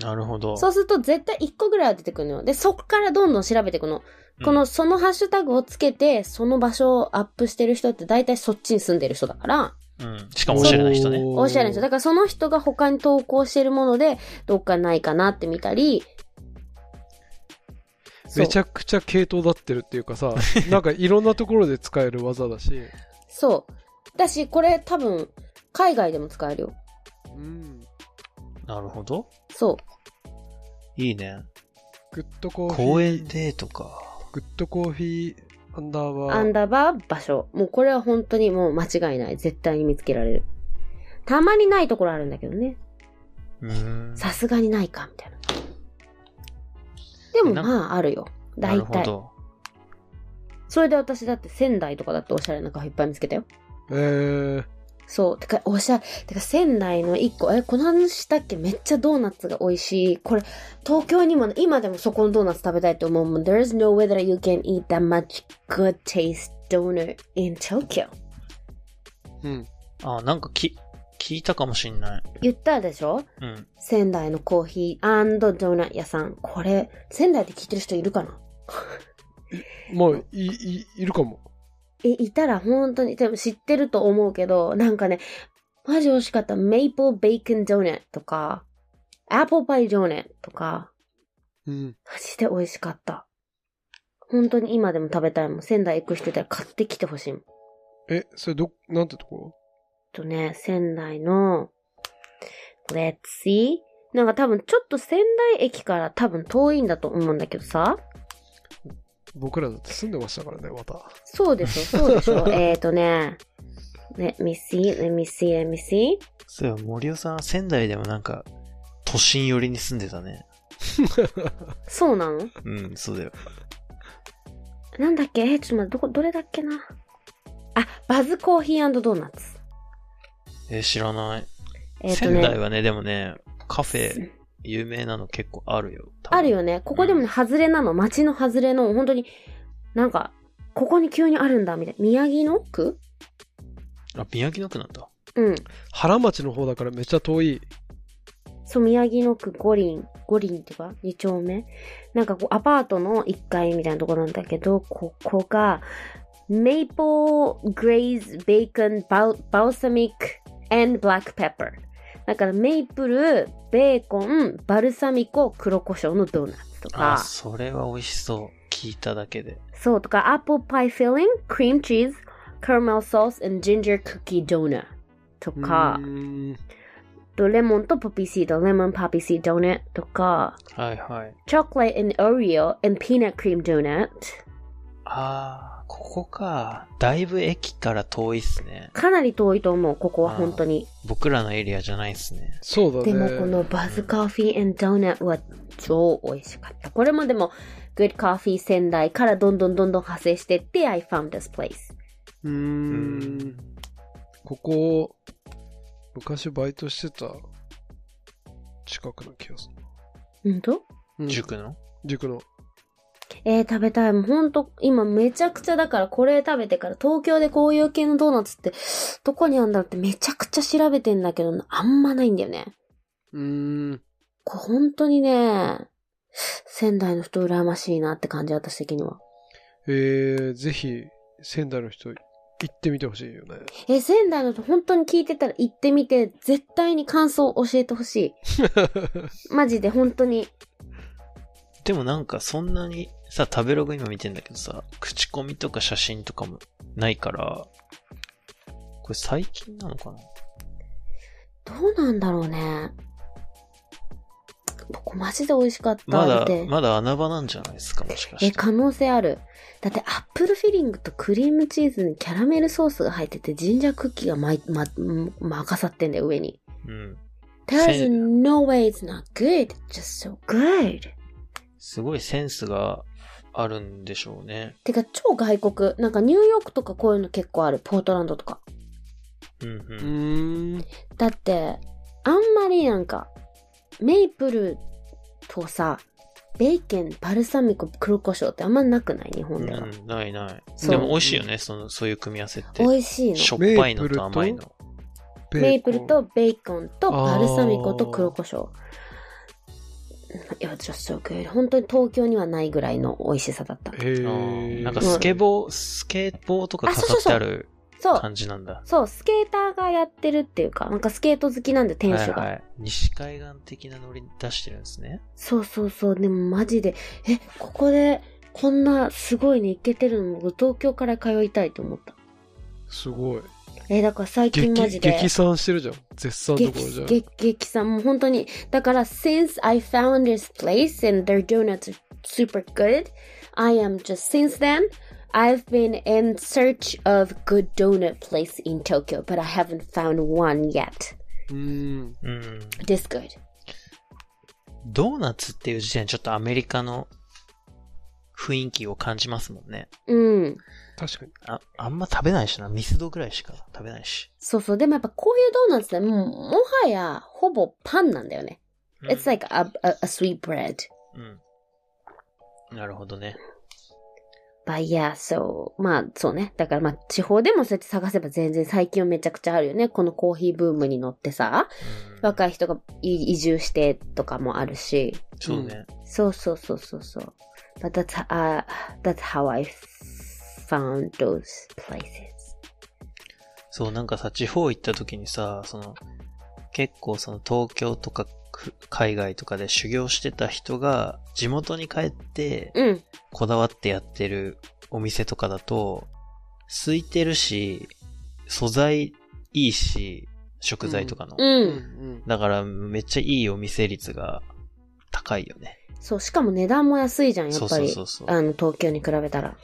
Speaker 3: なるほど。
Speaker 1: そうすると絶対1個ぐらいは出てくるのよ。で、そこからどんどん調べていくの。この、そのハッシュタグをつけて、その場所をアップしてる人って大体そっちに住んでる人だから、
Speaker 3: うん。しかもおしゃれな人ね。
Speaker 1: おしゃれな人。だからその人が他に投稿してるもので、どっかないかなって見たり、そう
Speaker 2: めちゃくちゃ系統立ってるっていう
Speaker 1: [LAUGHS]
Speaker 2: かさ、なんかいろんなところで使える技だし、
Speaker 1: そう。だし、これ多分、海外でも使えるよ。
Speaker 2: うん、
Speaker 3: なるほど。
Speaker 1: そう。
Speaker 3: いいね。
Speaker 2: グッドコーヒー、
Speaker 3: 公園デートか。
Speaker 2: グッドコーヒーアンダーバ
Speaker 1: アン
Speaker 2: ー、
Speaker 1: ダーバー場所。もうこれは本当にもう間違いない。絶対に見つけられる。たまにないところあるんだけどね。
Speaker 3: うーん。
Speaker 1: さすがにないか、みたいな。でも
Speaker 3: なんか
Speaker 1: まあ、あるよ。
Speaker 3: な
Speaker 1: 大
Speaker 3: るほ
Speaker 1: 体。
Speaker 3: ど。
Speaker 1: それで私だって仙台とかだっておしゃれなカフェいっぱい見つけたよ。
Speaker 2: えー、
Speaker 1: そう。てか、おしゃれ。てか、仙台の一個、え、この話したっけめっちゃドーナツが美味しい。これ、東京にもね、今でもそこのドーナツ食べたいと思うもん。There's no way that you can eat that much good taste donut in Tokyo.
Speaker 2: うん、
Speaker 3: あ、なんかき、聞いたかもしんない。
Speaker 1: 言ったでしょ
Speaker 3: うん。
Speaker 1: 仙台のコーヒードーナツ屋さん。これ、仙台で聞いてる人いるかな
Speaker 2: もういいいるかも。
Speaker 1: え、いたら本当に、でも知ってると思うけど、なんかね、マジ美味しかった。メイプルベーコンドーナツとか、アップルパイドーナツとか、
Speaker 2: うん、
Speaker 1: マジで美味しかった。本当に今でも食べたいもん。仙台行く人いたら買ってきてほしいもん。えっ
Speaker 2: え、それど、なんてとこと
Speaker 1: ね、仙台の、Let's see. なんか多分ちょっと仙台駅から多分遠いんだと思うんだけどさ。
Speaker 2: 僕らだって住んでましたからね、また。
Speaker 1: そうでし
Speaker 3: [LAUGHS]
Speaker 1: ょ、そうでしょ。えっとね、Let me see, let me see, let me see.
Speaker 3: そういえば森尾さん、仙台でもなんか、都心寄りに住んでたね。
Speaker 1: そうなの
Speaker 3: うん、そうだよ。
Speaker 1: なんだっけえーちょっと待って、どこ、どれだっけな。あ、バズコーヒードーナツ。
Speaker 3: えー知らない。
Speaker 1: えっ、と
Speaker 3: 仙台
Speaker 1: ね、
Speaker 3: はね、でもね、カフェ、有名なの結構あるよ。多分
Speaker 1: ある。よね。ここでもね、外れなの。街の外れの、本当に、なんか、ここに急にあるんだ、みたいな。宮城の区
Speaker 3: あ、宮城の区なんだ。
Speaker 1: うん。
Speaker 2: 原町の方だからめっちゃ遠い。
Speaker 1: そう、宮城野区五輪、五輪ってか、二丁目。なんかこう、アパートの1階みたいなとこなんだけど、ここが、メイポー、グレイズ、ベーコン、バウバルサミック、and ブラックペッパー。だから、メイプル、ベーコン、バルサミコ、黒胡椒のドーナツと
Speaker 3: あ、
Speaker 1: か、
Speaker 3: それは美味しそう。聞いただけで。
Speaker 1: そうとか、アップルパイフィリング、クリームチーズ、カラメルソース、and ジンジャークッキードーナとか
Speaker 2: う、ーん
Speaker 1: とレモンとポピーシード、レモンパピーシードーナとか、
Speaker 3: はいはい。
Speaker 1: chocolate and Oreo and peanut cream donut。
Speaker 3: あー、ここか。だいぶ駅から遠いっすね。
Speaker 1: かなり遠いと思う、ここは本当に。
Speaker 3: 僕らのエリアじゃないっすね。
Speaker 2: そうだね。
Speaker 1: でもこのバズコーヒー and donut は超美味しかった。これもでも、Good Coffee 仙台からどんどんどんどん派生してって、I found this place。
Speaker 2: うーん。ここ、昔バイトしてた近くの気がす
Speaker 1: 本当
Speaker 2: る。塾
Speaker 3: 塾の
Speaker 2: 塾の。
Speaker 1: えー、食べたい。もう本当今めちゃくちゃだから、これ食べてから、東京でこういう系のドーナツって、どこにあるんだろうってめちゃくちゃ調べてんだけど、あんまないんだよね。
Speaker 2: うーん。
Speaker 1: これ本当にね、仙台の人羨ましいなって感じ、私的には。
Speaker 2: えー、ぜひ、仙台の人、行ってみてほしいよね。
Speaker 1: え、仙台の人本当に聞いてたら行ってみて、絶対に感想を教えてほし
Speaker 3: [LAUGHS]
Speaker 1: い。マジで本当に。
Speaker 3: でもなんかそんなに、さ、食べログ今見てんだけどさ、口コミとか写真とかもないから、これ最近なのかな
Speaker 1: どうなんだろうね。ここマジで美味しかった。
Speaker 3: まだ
Speaker 1: って、
Speaker 3: まだ穴場なんじゃないですか、もしか
Speaker 1: え、
Speaker 3: して。
Speaker 1: 可能性ある。だってアップルフィリングとクリームチーズにキャラメルソースが入ってて、ジンジャークッキーがまい、ま、うんまかさってんだよ、上に。
Speaker 3: うん。
Speaker 1: There's
Speaker 3: せ
Speaker 1: no way it's not good. Just so good.
Speaker 3: すごいセンスがあるんでしょうね。
Speaker 1: てか、超外国。なんかニューヨークとかこういうの結構ある。ポートランドとか。
Speaker 3: うんう。
Speaker 2: うんーん。
Speaker 1: だってあんまりなんかメイプルとさベーコンバルサミコ黒胡椒ってあんまなくない日本では、
Speaker 3: うん、ないない。
Speaker 1: そう
Speaker 3: でも美味しいよね、その、そういう組み合わせって。
Speaker 1: 美味しいの
Speaker 3: しょっぱいのと甘い
Speaker 2: メープル
Speaker 3: の。
Speaker 1: メイプル
Speaker 2: ベー
Speaker 1: と
Speaker 2: コン。
Speaker 1: ベーコンとバルサミコと黒胡椒いや、ちょっと本当に東京にはないぐらいの美味しさだった。
Speaker 2: え
Speaker 3: う
Speaker 2: ー、
Speaker 3: んなんかスケボー、スケボーとか
Speaker 1: あそう
Speaker 3: 飾
Speaker 1: そうそう
Speaker 3: ってある
Speaker 1: そう、
Speaker 3: 感じなんだ。
Speaker 1: そう、スケーターがやってるっていうか、なんかスケート好きなんで、店
Speaker 3: はい
Speaker 1: 主が。
Speaker 3: はい。西海岸的なノリ出してるんですね。
Speaker 1: そうそうそう、でもマジで、え、ここでこんなすごいね、いけてるのも東京から通いたいと思った。
Speaker 2: すごい。
Speaker 1: えだから最近マ
Speaker 2: 激、
Speaker 1: ジで
Speaker 2: 激賛してるじゃん。絶賛どころじゃん。
Speaker 1: 激激さんもう本当にだから since I found this place and their donuts are super good I am just since then I've been in search of good donut place in Tokyo but I haven't found one yet
Speaker 2: うーん。
Speaker 3: うん。
Speaker 1: this good
Speaker 3: ドーナツっていう時点でちょっとアメリカの雰囲気を感じますもんね。
Speaker 1: うん
Speaker 2: 確かに。
Speaker 3: あ、あんま食べないしな。ミスドぐらいしか食べないし。
Speaker 1: そうそうでもやっぱこういうドーナツねもうもはやほぼパンなんだよね、
Speaker 3: うん
Speaker 1: It's like a, a, a sweet bread
Speaker 3: うん。なるほどね。
Speaker 1: バイヤー、そう。まあ、そうね。だからまあ、地方でもそうやって探せば全然最近はめちゃくちゃあるよね。このコーヒーブームに乗ってさ、
Speaker 3: うん
Speaker 1: 若い人がい移住してとかもあるし。
Speaker 3: そうね。
Speaker 1: そうそうそうそうそう。But that's, uh, that's how I found those places.
Speaker 3: そう、なんかさ、地方行った時にさ、その、結構その東京とかく海外とかで修行してた人が地元に帰って
Speaker 1: うん。
Speaker 3: こだわってやってるお店とかだと、空いてるし、素材いいし、食材とかの。
Speaker 2: う
Speaker 1: うん。
Speaker 2: ん。
Speaker 3: だからめっちゃいいお店率が高いよね。
Speaker 1: そう、しかも値段も安いじゃん、や
Speaker 3: そ
Speaker 1: っ
Speaker 3: う
Speaker 1: ぱ
Speaker 3: そう
Speaker 1: り
Speaker 3: そ。うそう。
Speaker 1: あの、東京に比べたら。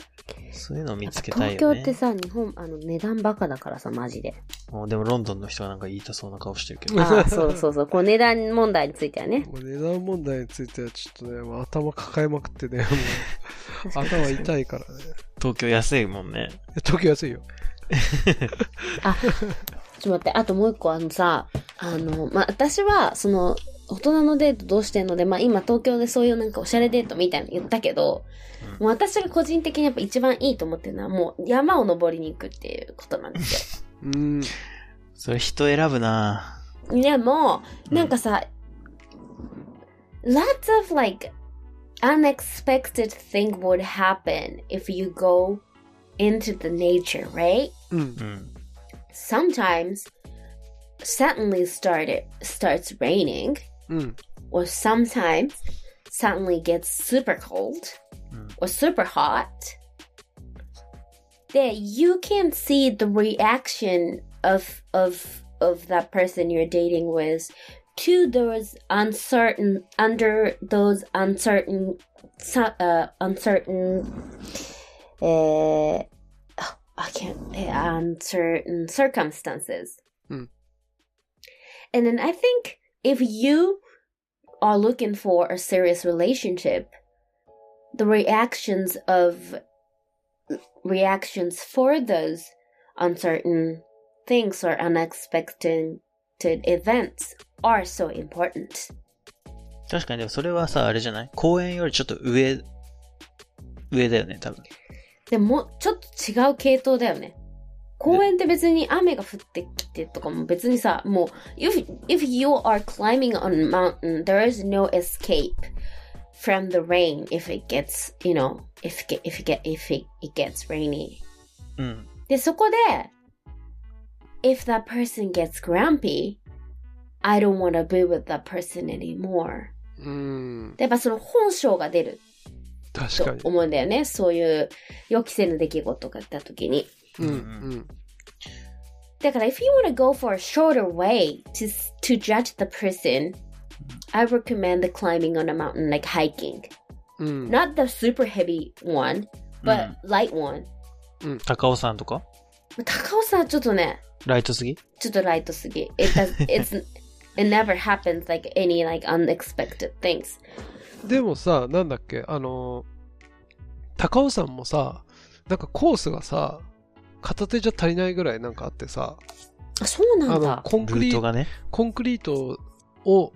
Speaker 3: そういうのを見つけたい
Speaker 1: 東
Speaker 3: よ
Speaker 1: 京
Speaker 3: ね。
Speaker 1: ってさ、日本、あの、値段バカだからさ、マジで。
Speaker 3: もうでもロンドンの人がなんか言いたそうな顔してるけど。
Speaker 1: ああ、そうそうそう。こう、値段問題についてはね。
Speaker 2: もう値段問題についてはちょっとね、もう頭抱えまく [LAUGHS] ってね、もう頭痛いからね。
Speaker 3: 東京安いもんね。
Speaker 2: 東京安いよ。
Speaker 1: あ、ちょっと待って、あともう一個あのさ、あの、まあ、私は、その、大人のデートどうしてんので、まあ、今東京でそういうなんかおしゃれデートみたいなの言ったけど、
Speaker 3: う
Speaker 1: もう私が個人的にやっぱ一番いいと思ってるのは、もう山を登りに行くっていうことなんです
Speaker 2: うん。
Speaker 3: それ人選ぶな
Speaker 1: よ。でも、
Speaker 3: うん
Speaker 1: なんかさ、lots of like unexpected thing would happen if you go into the nature, right?
Speaker 2: うん
Speaker 3: う。ん。
Speaker 1: sometimes suddenly started starts raining
Speaker 2: うん。
Speaker 1: or sometimes suddenly gets super cold
Speaker 3: うん。
Speaker 1: or super hot that you can see the reaction of of of that person you're dating with to those uncertain under those uncertain su- uh, uncertain uh, I can't uh, uncertain circumstances.
Speaker 2: Hmm.
Speaker 1: And then I think if you are looking for a serious relationship, the reactions of reactions for those uncertain things or unexpected events are so important.
Speaker 3: 確かにでもそれはさ、あれじゃない公園よりちょっと上、上だよね、多分。
Speaker 1: でも、ちょっと違う系統だよね。公園って別に雨が降ってきてとかも別にさ、もう、if, if you are climbing on a mountain, there is no escape from the rain if it gets, you know, if, it get- if, it get, if it, it gets rainy.
Speaker 3: うん。
Speaker 1: で、そこで、if that person gets grumpy, I don't want to be with that person anymore.
Speaker 2: うん。
Speaker 1: でやっぱその本性が出る
Speaker 2: 確か
Speaker 1: と
Speaker 2: に。
Speaker 1: 思うんだよね。そういう予期せぬ出来事があった時に。
Speaker 2: うん。
Speaker 1: だから、if you want to go for a shorter way to, to judge the person, I recommend the climbing on a mountain, like hiking.
Speaker 2: うん。うん。
Speaker 1: Not the super heavy one,
Speaker 3: う
Speaker 1: but
Speaker 3: ん
Speaker 1: light one.
Speaker 3: 高尾山とか
Speaker 1: 高尾さんちょっとね、
Speaker 3: ライトすぎ
Speaker 1: ちょっとライトすぎ。It, does, it's, it never happens like any like unexpected things.
Speaker 2: でもさ、なんだっけ、あのー、高尾山もさ、なんかコースがさ、片手じゃ足りないぐらいなんかあってさ、
Speaker 1: あ、そうな
Speaker 2: あ
Speaker 1: ん
Speaker 2: の、
Speaker 1: だ。
Speaker 2: コンク
Speaker 3: ル
Speaker 2: リ
Speaker 3: ート
Speaker 2: ート、
Speaker 3: がね。
Speaker 2: コンクリートを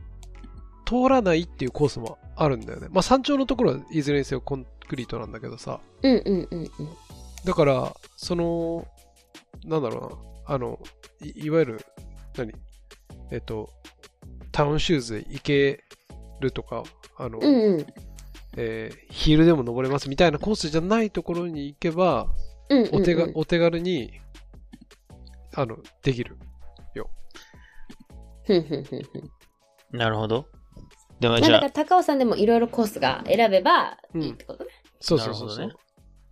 Speaker 2: 通らないっていうコースもあるんだよね。まあ山頂のところはいずれにせよコンクリートなんだけどさ、
Speaker 1: うんうんうんうん。
Speaker 2: だから、その、なんだろうな、あの、いいわゆる、何えっと、タウンシューズで行けるとか、あの、
Speaker 1: うんうん。
Speaker 2: えーヒールでも登れますみたいなコースじゃないところに行けば、
Speaker 1: うんうんうん
Speaker 2: お手が、お手軽に、あの、できる。
Speaker 1: ふんふんふんふん
Speaker 3: なるほど。でも
Speaker 1: まあ
Speaker 3: じ
Speaker 1: だ
Speaker 3: ゃ
Speaker 1: から
Speaker 3: あ、
Speaker 1: 高尾さんでもいろいろコースが選べばいいってことね。
Speaker 2: そうそうそう
Speaker 3: な
Speaker 2: そ
Speaker 3: る
Speaker 2: う、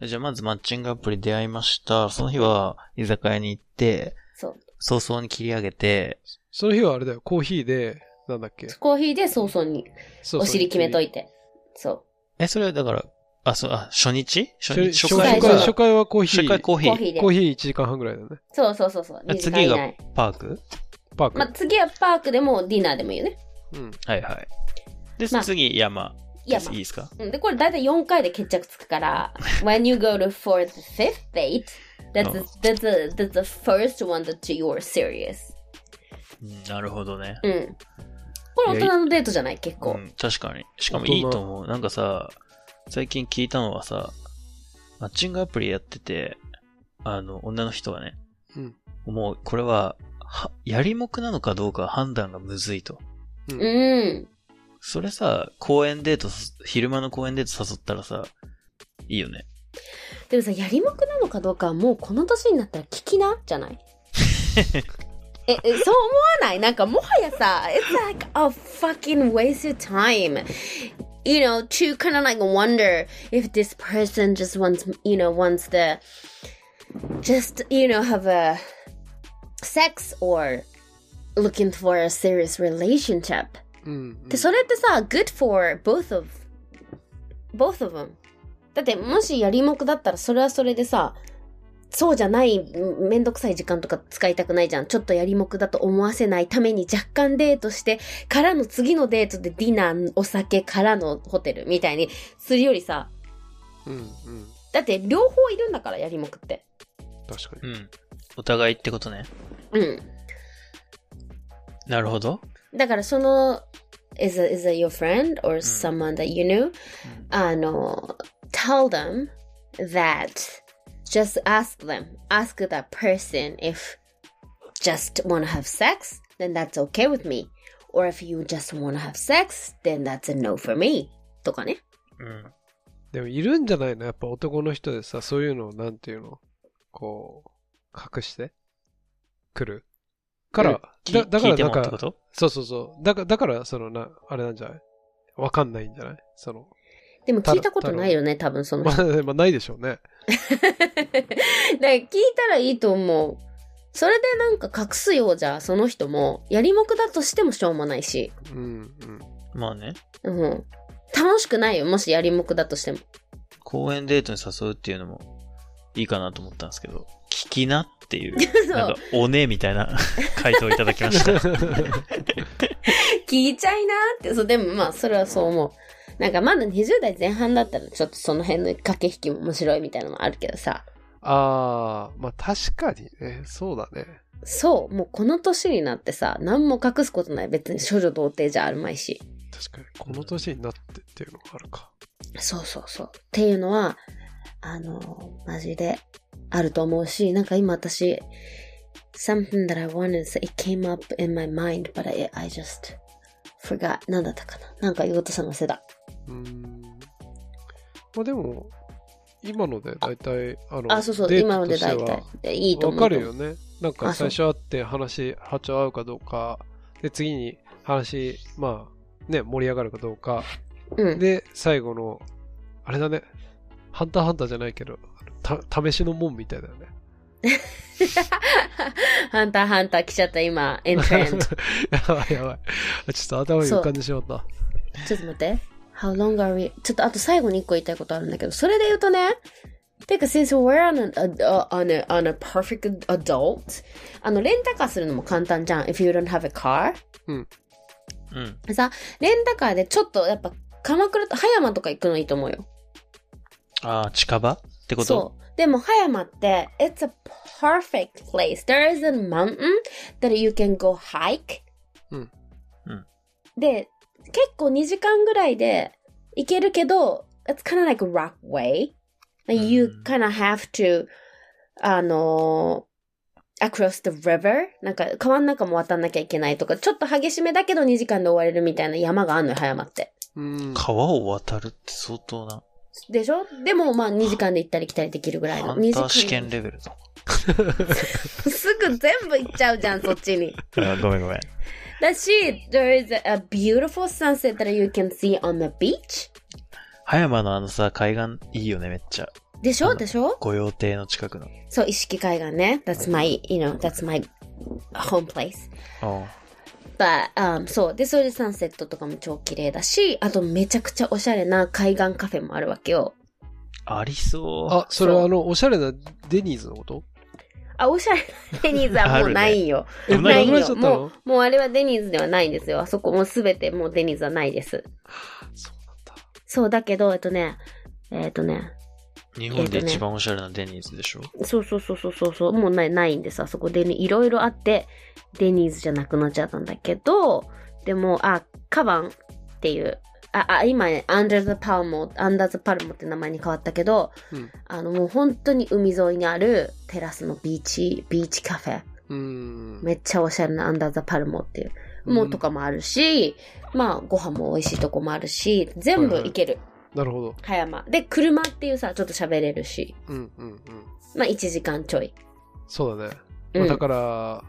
Speaker 3: ほじゃあまずマッチングアプリ出会いました。その日は居酒屋に行って、
Speaker 1: そう。
Speaker 3: 早々に切り上げて、
Speaker 2: その日はあれだよ、コーヒーで、なんだっけ。
Speaker 1: コーヒーで早々に
Speaker 2: そうそう
Speaker 1: お尻決めといて。そ
Speaker 3: え、それはだから、あ、そう、あ、初日初
Speaker 2: 初
Speaker 3: 日
Speaker 2: 初
Speaker 3: 初
Speaker 2: 回
Speaker 3: 回
Speaker 1: そう
Speaker 2: は
Speaker 1: そ
Speaker 2: 初
Speaker 1: う
Speaker 2: 回はコーヒー。
Speaker 3: 初回コー
Speaker 1: う。
Speaker 3: ヒ
Speaker 1: コー
Speaker 3: ー。
Speaker 1: ヒーで
Speaker 2: コ。ーヒー1時間半ぐらいだよね。
Speaker 1: そうそうそうそう。
Speaker 3: あ
Speaker 1: 2時間以内。
Speaker 3: パーク
Speaker 2: パーク。
Speaker 1: まあ、次はパークでもディナーでもいいよね。
Speaker 2: うん。
Speaker 3: はいはい。で、
Speaker 1: まあ
Speaker 3: 次、山。
Speaker 1: いや、
Speaker 3: です
Speaker 1: ま
Speaker 3: いいですか
Speaker 1: あ、うんで、これ大体4回で決着つく [LAUGHS] から、when you go to for the fifth date, that's,
Speaker 3: うん
Speaker 1: that's, the, that's the first one that you're serious.
Speaker 3: うんなるほどね。
Speaker 1: うん。これ大人のデートじゃない結
Speaker 3: う
Speaker 1: 構。
Speaker 3: ん、確かに。しかもいいと思う。なんかさ、最近聞いたのはさ、マッチングアプリやってて、あの、女の人はね、
Speaker 2: うん
Speaker 3: もうこれは、は、やりもくなのかどうか判断がむずいと。
Speaker 1: うん。うん
Speaker 3: それさ、公園デート、昼間の公園デート誘ったらさ、いいよね。
Speaker 1: でもさ、やりまくなのかどうかはもうこの年になったら聞きなじゃないえ、えそう思わないなんかもはやさ、it's like a fucking waste of time. You know, to kind of like wonder if this person just wants, you know, wants to just, you know, have a sex or looking for a serious relationship.
Speaker 2: うんうん
Speaker 1: で、それってさ、good for both of, both of them. だって、もしやりもくだったら、それはそれでさ、そうじゃない、んめんどくさい時間とか使いたくないじゃん。ちょっとやりもくだと思わせないために若干デートして、からの次のデートでディナー、お酒からのホテルみたいにするよりさ、
Speaker 2: うんうん
Speaker 1: だって両方いるんだから、やりもくって。
Speaker 2: 確か
Speaker 3: う
Speaker 2: に
Speaker 3: ん。お互いってことね。
Speaker 1: うん。
Speaker 3: なるほど。
Speaker 1: だからその、is that, is that your friend or someone that you knew?、あの、tell them that just ask them, ask that person if just want to have sex, then that's okay with me. Or if you just want to have sex, then that's a no for me. とかね。
Speaker 3: うん。
Speaker 2: でもいるんじゃないのやっぱ男の人でさそういうのをなんていうのこう隠してくるから、
Speaker 3: き
Speaker 2: だだから
Speaker 3: 聞いて
Speaker 2: なん
Speaker 3: もっ
Speaker 2: か
Speaker 3: てこと
Speaker 2: そうそうそうだからだからそのなあれなんじゃないわかんないんじゃないその [LAUGHS]
Speaker 1: でも聞いたことないよね、多分その
Speaker 2: ま
Speaker 1: 人。 [LAUGHS]
Speaker 2: あ、まあ、ないでしょうね
Speaker 1: だから聞いたらいいと思う。それでなんか隠すようじゃ、その人も、やりもくだとしてもしょうもないし。
Speaker 2: うんうん
Speaker 3: まあね。
Speaker 1: うん。楽しくないよ、もしやりもくだとしても。
Speaker 3: 公園デートに誘うっていうのもいいかなと思ったんですけど、聞きなってい
Speaker 1: [LAUGHS]
Speaker 3: う、
Speaker 1: そう
Speaker 3: なんか、おねえみた
Speaker 1: [LAUGHS]
Speaker 3: いな回答をいただきました。
Speaker 1: 聞いちゃいなって、そう、でもまあ、それはそう思う。なんかまだ20代前半だったら、ちょっとその辺の駆け引きも面白いみたいなのもあるけどさ。
Speaker 2: ああまあ確かにねそうだね
Speaker 1: そう、もうこの年になってさ、何も隠すことない。別に処女童貞じゃあるまいし。
Speaker 2: 確かにこの年になってっていうのがあるか
Speaker 1: そうそうそう。っていうのは、あの、マジであると思うし、なんか今私、something that I wanted to say, it came up in my mind, but I, I just forgot. なんだったかななんか言おうとしたの忘れた。
Speaker 2: うーんまあでも今ので大体あの
Speaker 1: あ、そうそう、
Speaker 2: デート
Speaker 1: 今ので
Speaker 2: として
Speaker 1: 大
Speaker 2: は
Speaker 1: 体。でいいと思
Speaker 2: わ
Speaker 1: う。
Speaker 2: かるよね。なんか
Speaker 1: あそう
Speaker 2: 最初会って話、波長合うかどうか、で、次に話、まあ、ね、盛り上がるかどうか、
Speaker 1: うん。
Speaker 2: で、最後の、あれだね、ハンターハンターじゃないけど、あのた試しの門みたいだよね。
Speaker 1: ハンターハンター来ちゃった今、エントレンド。
Speaker 2: [LAUGHS] やばいやばい。ちょっと頭に浮かんでしまった。
Speaker 1: ちょっと待って。How long are we? ちょっとあと最後に一個言いたいことあるんだけど、それで言うとね、てか since we're on a, a, on a, on a perfect adult, あの、レンタカーするのも簡単じゃん。If you don't have a car.
Speaker 3: うん。
Speaker 1: さ、レンタカーでちょっとやっぱ鎌倉と葉山とか行くのいいと思うよ。
Speaker 3: ああ、近場ってこと
Speaker 1: そう。でも葉山って、it's a perfect place. There is a mountain that you can go hike.
Speaker 2: うん
Speaker 3: うん
Speaker 1: で、結構2時間ぐらいで行けるけど、it's kind of like a rock way. You
Speaker 3: うん
Speaker 1: kind of have to, あのー across the river? なんか川の中も渡んなきゃいけないとか、ちょっと激しめだけど2時間で終われるみたいな山があるのよ、葉山って。
Speaker 2: うん。
Speaker 3: 川を渡るって相当な、
Speaker 1: でしょでもまあ2時間で行ったり来たりできるぐらい
Speaker 3: ハ
Speaker 1: の。
Speaker 3: ン
Speaker 1: 2
Speaker 3: ター試
Speaker 1: 時間
Speaker 3: 験レベルだ。
Speaker 1: すぐ全部行っちゃうじゃん、そっちに。
Speaker 3: あごめんごめん。
Speaker 1: だし、there is a beautiful sunset that you can see on the beach.
Speaker 3: 葉山のあのさ、海岸いいよね、めっちゃ。
Speaker 1: でしょでしょ
Speaker 3: 御用邸の近くの。
Speaker 1: そう、意識海岸ね。That's my, you know, that's my home place.
Speaker 3: あ
Speaker 1: But, um, そう。で、それでサンセットとかも超綺麗だし、あとめちゃくちゃおしゃれな海岸カフェもあるわけよ。
Speaker 3: あありそう。
Speaker 2: あ、それはあの、おしゃれなデニーズのこと
Speaker 1: あ、おしゃれなデニーズはもうないよ。
Speaker 2: え、
Speaker 3: 危な
Speaker 1: ないい
Speaker 2: くなっちゃ
Speaker 1: よ。
Speaker 2: った
Speaker 1: も
Speaker 2: の
Speaker 1: う、もうあれはデニーズではないんですよ。あそこもうすべてもうデニーズはないです。
Speaker 2: そうなんだ。
Speaker 1: そう、だけど、えっとね、えっとね、
Speaker 3: 日本で一番おしゃれなデニーズでしょ。
Speaker 1: そうそうそうそうそうそう、もうないないんです。あそこでね、いろいろあって、デニーズじゃなくなっちゃったんだけど、でも、あ、カバンっていう、あ、あ今ね、アンダーズパルモ、アンダーズパルモって名前に変わったけど、
Speaker 2: うん
Speaker 1: あの、もう本当に海沿いにあるテラスのビーチ、ビーチカフェ。
Speaker 2: うん。
Speaker 1: めっちゃおしゃれなアンダーザパルモっていう、もうとかもあるし、まあ、ご飯も美味しいとこもあるし、全部行ける、
Speaker 2: なるほど。
Speaker 1: 葉山。で、車っていうさ、ちょっと喋れるし、
Speaker 2: うんうんうん。
Speaker 1: まあ、1時間ちょい。
Speaker 2: そうだね。
Speaker 1: う
Speaker 2: まあ
Speaker 1: ん
Speaker 2: だから、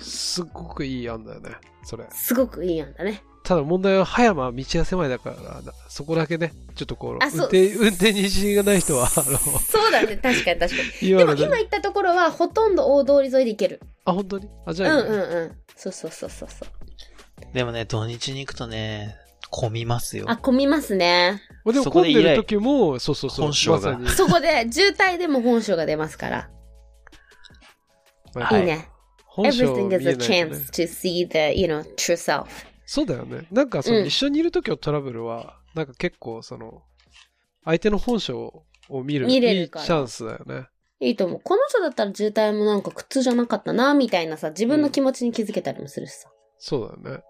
Speaker 2: すっごくいい案だよね、それ。
Speaker 1: すごくいい案だね。
Speaker 2: ただ問題は葉山は道が狭いだからな、そこだけね、ちょっとこう、
Speaker 1: あ
Speaker 2: 運
Speaker 1: そう
Speaker 2: 転、運転に自信がない人は、あ
Speaker 1: [LAUGHS]
Speaker 2: の、
Speaker 1: そうだね、確かに確かに。
Speaker 2: 今
Speaker 1: でも
Speaker 2: の
Speaker 1: 今
Speaker 2: ね、
Speaker 1: 行ったところはほとんど大通り沿いで行ける。
Speaker 2: あ、本当にあ、じ
Speaker 1: うん
Speaker 2: ゃあいいね、
Speaker 1: うんうん。そうそうそうそうそう。
Speaker 3: でもね、土日に行くとね、混みますよ。
Speaker 1: あ、混みますね。
Speaker 2: まあでも
Speaker 3: そこ
Speaker 2: 混
Speaker 3: で
Speaker 2: ん
Speaker 3: 依
Speaker 2: で
Speaker 3: 頼
Speaker 2: る時も、そうそうそう、
Speaker 3: 本性が
Speaker 2: まさ
Speaker 1: そこで渋滞でも本性が出ますから。
Speaker 2: に、
Speaker 3: はい
Speaker 1: いいね。
Speaker 2: 本性を
Speaker 1: Everything
Speaker 2: 見
Speaker 1: is
Speaker 2: え
Speaker 1: a
Speaker 2: ないとね
Speaker 1: chance to see the, you know, true self.
Speaker 2: そうだよね。なんかその、
Speaker 1: うん
Speaker 2: 一緒にいる時のトラブルは、なんか結構その、相手の本性を見る、
Speaker 1: 見れる
Speaker 2: いいチ
Speaker 1: から
Speaker 2: ャンスだよね。
Speaker 1: いいと思う。この人だったら渋滞もなんか苦痛じゃなかったな、みたいなさ、自分の気持ちに気づけたりもするしさ。
Speaker 2: そうだよね。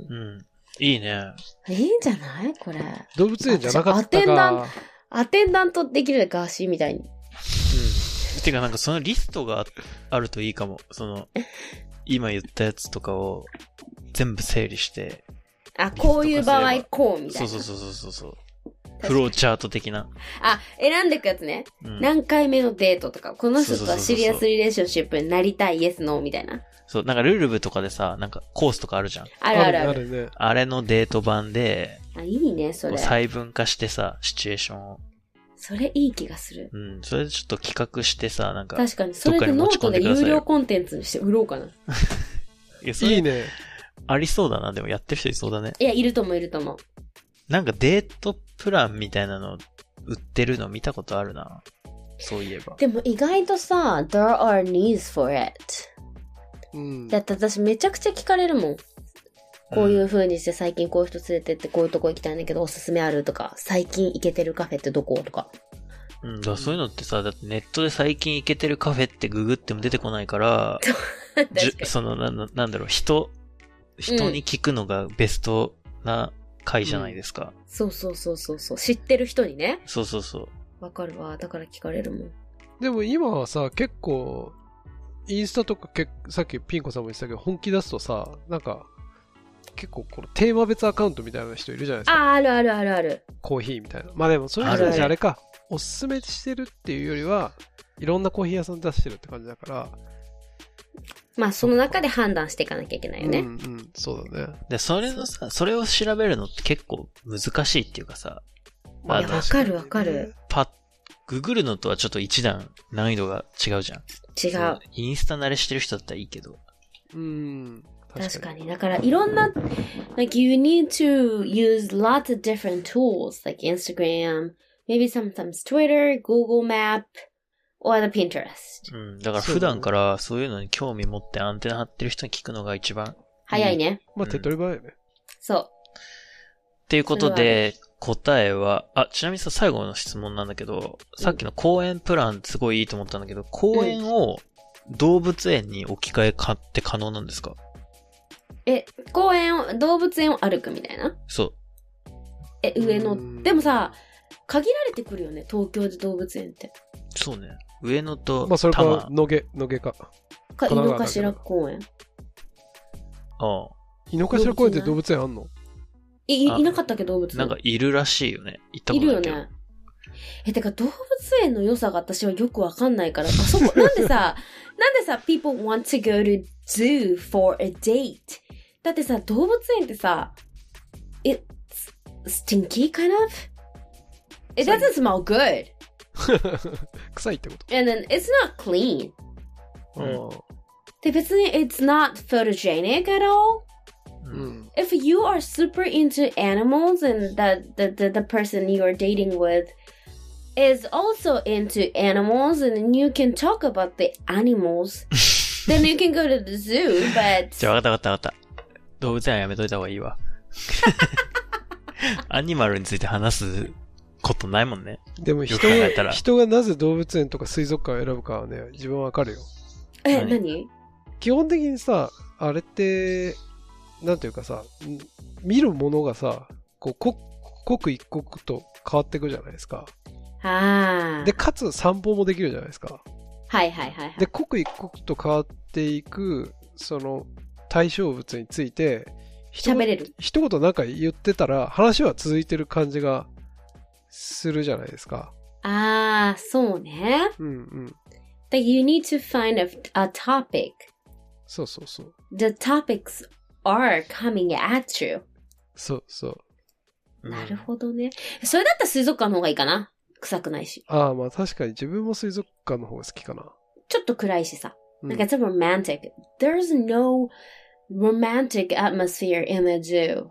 Speaker 3: うん。いいね。
Speaker 1: いいんじゃないこれ。
Speaker 2: 動物園じゃなかった
Speaker 1: あ
Speaker 2: か、
Speaker 1: アテンダントできるガーシーみたいに。
Speaker 3: うん。てかなんかそのリストがあるといいかも。その、今言ったやつとかを全部整理して、
Speaker 1: あ、こういう場
Speaker 3: リ
Speaker 1: 合
Speaker 3: スト
Speaker 1: こう、みたい
Speaker 3: そ
Speaker 1: な。
Speaker 3: うそうそうそうそうそう。フローチャート的な。
Speaker 1: あ、選んでくやつね。
Speaker 3: うん。
Speaker 1: 何回目のデートとか、この人とはシリアスリレーションシップになりたい、イエス、ノーみたいな。
Speaker 3: そう、なんかルール部とかでさ、なんかコースとかあるじゃん。
Speaker 1: あるあるあ
Speaker 2: あ
Speaker 1: る。
Speaker 2: るね。
Speaker 3: あれのデート版で、
Speaker 1: あ、いいね、そ
Speaker 3: こ
Speaker 1: れ
Speaker 3: う。細分化してさ、シチュエーションを。
Speaker 1: それいい気がする。
Speaker 3: うん。それでちょっと企画してさ、なんか。
Speaker 1: 確かに、それでノートで有料コンテンツにして売ろうかな。
Speaker 3: いや、そ
Speaker 2: いい
Speaker 3: れ
Speaker 2: ね。
Speaker 3: ありそうだな。でもやってる人いそうだね。
Speaker 1: いや、いるともいるとも。
Speaker 3: なんかデートプランみたいなの売ってるの見たことあるな。そういえば。
Speaker 1: でも意外とさ、there are needs for it。
Speaker 2: うん。
Speaker 1: だって私めちゃくちゃ聞かれるもん。こういう風にして最近こういう人連れてってこういうとこ行きたいんだけどおすすめあるとか、最近行けてるカフェってどことか。
Speaker 3: うん。だからそういうのってさ、だってネットで最近行けてるカフェってググっても出てこないから、
Speaker 1: [LAUGHS] 確か
Speaker 3: じゅその、なんだなんだろう、人、人に聞くのがベストな回じゃないですか。
Speaker 1: そうそうそうそうそう。知ってる人にね。
Speaker 3: そうそうそう。
Speaker 1: わかるわ。だから聞かれるもん。
Speaker 2: でも今はさ、結構、インスタとかけさっきピン子さんも言ってたけど、本気出すとさ、なんか、結構このテーマ別アカウントみたいな人いるじゃないですか。
Speaker 1: あ、あるあるあるある。
Speaker 2: コーヒーみたいな。まあでもそういう人
Speaker 1: ある
Speaker 2: た
Speaker 1: あ
Speaker 2: ち
Speaker 1: る
Speaker 2: あれか、おすすめしてるっていうよりは、いろんなコーヒー屋さん出してるって感じだから、
Speaker 1: まあ、その中で判断していかなきゃいけないよね。
Speaker 2: うんうん、そうだね。
Speaker 3: で、それのさ、それを調べるのって結構難しいっていうかさ、
Speaker 2: まあ
Speaker 3: いや
Speaker 2: 確にね
Speaker 1: わかるわかる
Speaker 3: パッ、ググるのとはちょっと一段難易度が違うじゃん。
Speaker 1: 違。
Speaker 3: そうインスタ慣れしてる人だったらいいけど。
Speaker 2: うん。
Speaker 1: 確かに。だから、いろんな、like, you need to use lots of different tools, like Instagram, maybe sometimes Twitter, Google Map, or the Pinterest.
Speaker 3: うん。だから普段からそういうのに興味持ってアンテナ張ってる人に聞くのが一番。っ
Speaker 1: 早いね。
Speaker 2: まあ手っ取り早いね。
Speaker 1: そう。
Speaker 3: ていうことで、答えは、あ、ちなみにさ、最後の質問なんだけど、さっきの公園プランすごいいいと思ったんだけど、公園を動物園に置き換えかって可能なんですか
Speaker 1: え、公園を、動物園を歩くみたいな
Speaker 3: そう。
Speaker 1: え、上の。でもさ、限られてくるよね、東京で動物園って。
Speaker 3: そうね。上野と、
Speaker 2: まあそれ
Speaker 3: 多
Speaker 2: か
Speaker 3: 摩、
Speaker 2: 野毛、野毛か。
Speaker 1: か、井
Speaker 2: 神奈
Speaker 1: の
Speaker 2: 川だけど
Speaker 1: 頭公園。
Speaker 3: ああ
Speaker 2: 井の頭公園って動物園あんの [LAUGHS]
Speaker 1: い、い
Speaker 3: あ
Speaker 1: いなかったっけ、動物園。
Speaker 3: なんかいるらしいよね。行ったこ
Speaker 1: い
Speaker 3: と
Speaker 1: る
Speaker 3: な
Speaker 1: よ
Speaker 3: いけど。
Speaker 1: ね。え、てか動物園の良さが私はよくわかんないから、 [LAUGHS] あそこ、なんでさ、なんでさ、people want to go to zoo for a date? だってさ、動物園ってさ、it's stinky kind of? It doesn't smell good.
Speaker 2: 臭いってこ
Speaker 1: And then it's not clean.
Speaker 2: と。
Speaker 1: で、別に it's not photogenic at all.
Speaker 2: うんうん。
Speaker 1: if you are super into animals and that the, the, the person you're dating with is also into animals and then you can talk about the animals then you can go to the zoo
Speaker 3: じ
Speaker 1: but [LAUGHS]
Speaker 3: ゃあ分かった分かった分かった。動物園はやめといた方がいいわ。アニマルについて話すことないもんね。
Speaker 2: でも
Speaker 3: よ
Speaker 2: 人
Speaker 3: く考えたら。
Speaker 2: 人がなぜ動物園とか水族館を選ぶかはね、自分はわかるよ。
Speaker 1: え
Speaker 3: 何
Speaker 1: 何
Speaker 2: 基本的にさ、あれって、なんていうかさ、ん見るものがさ、こう、こ刻一刻と変わっていくじゃないですか。
Speaker 1: ああ
Speaker 2: で、かつ散歩もできるじゃないですか。
Speaker 1: はいはいはいはい
Speaker 2: で、刻一刻と変わっていく、その、対象物について、一
Speaker 1: 喋
Speaker 2: 言
Speaker 1: れる
Speaker 2: 一言なんか言ってたら、話は続いてる感じがするじゃないですか。
Speaker 1: ああそうね
Speaker 2: うんうん。
Speaker 1: that you need to find a, a topic
Speaker 2: そうそうそう。
Speaker 1: The topics are coming at you.
Speaker 2: そうそう。
Speaker 3: うん
Speaker 1: なるほどね。それだったら水族館の方がいいかな。臭くないし。
Speaker 2: ああ、まあ確かに自分も水族館の方が好きかな。
Speaker 1: ちょっと暗いしさ。
Speaker 2: うん
Speaker 1: なんか it's a romantic. There's no romantic atmosphere in the zoo.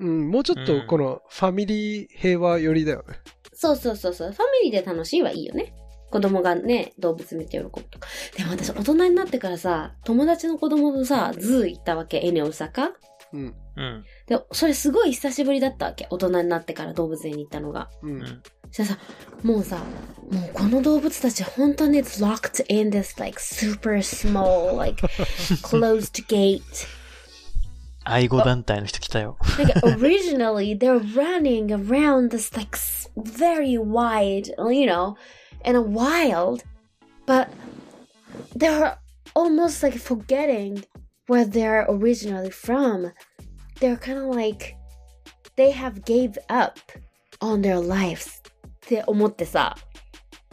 Speaker 2: うん、もうちょっ
Speaker 3: う
Speaker 2: と
Speaker 3: ん
Speaker 2: このファミリー平和寄りだよね。
Speaker 1: そうそうそうそう。ファミリーで楽しいはいいよね。子供がね、動物見て喜ぶとか。でも私、大人になってからさ、友達の子供とさ、ズー行ったわけ、エネオサカ。
Speaker 2: うん、
Speaker 3: うん。
Speaker 1: で、それすごい久しぶりだったわけ。大人になってから動物園に行ったのが。
Speaker 2: う、
Speaker 3: うんん。
Speaker 1: そしたらさ、もうさ、もうこの動物たち本当に it's locked in this like super small, like closed gate.
Speaker 3: 愛護団体の人来たよ。
Speaker 1: Like originally they're running around this like s- very wide, you know, and a wild, but they're almost like forgetting where they're originally from. They're kind of like they have gave up on their lives って思ってさ、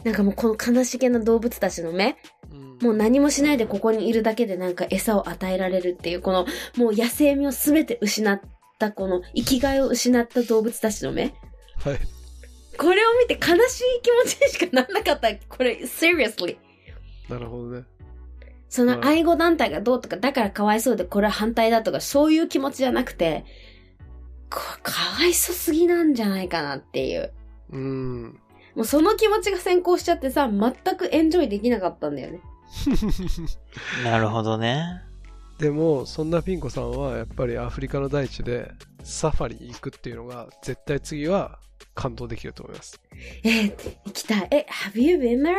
Speaker 1: なんかもうこの悲しげな動物たちの目、
Speaker 2: うん
Speaker 1: もう何もしないでここにいるだけでなんか餌を与えられるっていう、このもう野生味を全て失った、この生きがいを失った動物たちの目。
Speaker 2: はい。
Speaker 1: これを見て悲しい気持ちにしかなんなかった。これ、seriously。
Speaker 2: なるほどね。
Speaker 1: そ
Speaker 2: うん
Speaker 1: の愛護団体がどうとか、だからかわいそうでこれは反対だとか、そういう気持ちじゃなくて、これかわいそうすぎなんじゃないかなっていう。
Speaker 2: うん。 [LAUGHS]
Speaker 1: もうその気持ちが先行しちゃってさ、全くエンジョイできなかったんだよね。
Speaker 3: なるほどね。
Speaker 2: でも、そんなピン子さんはやっぱりアフリカの大地でサファリ行くっていうのが絶対次は感動できると思います。
Speaker 1: え、行きたい。え、Have you been there?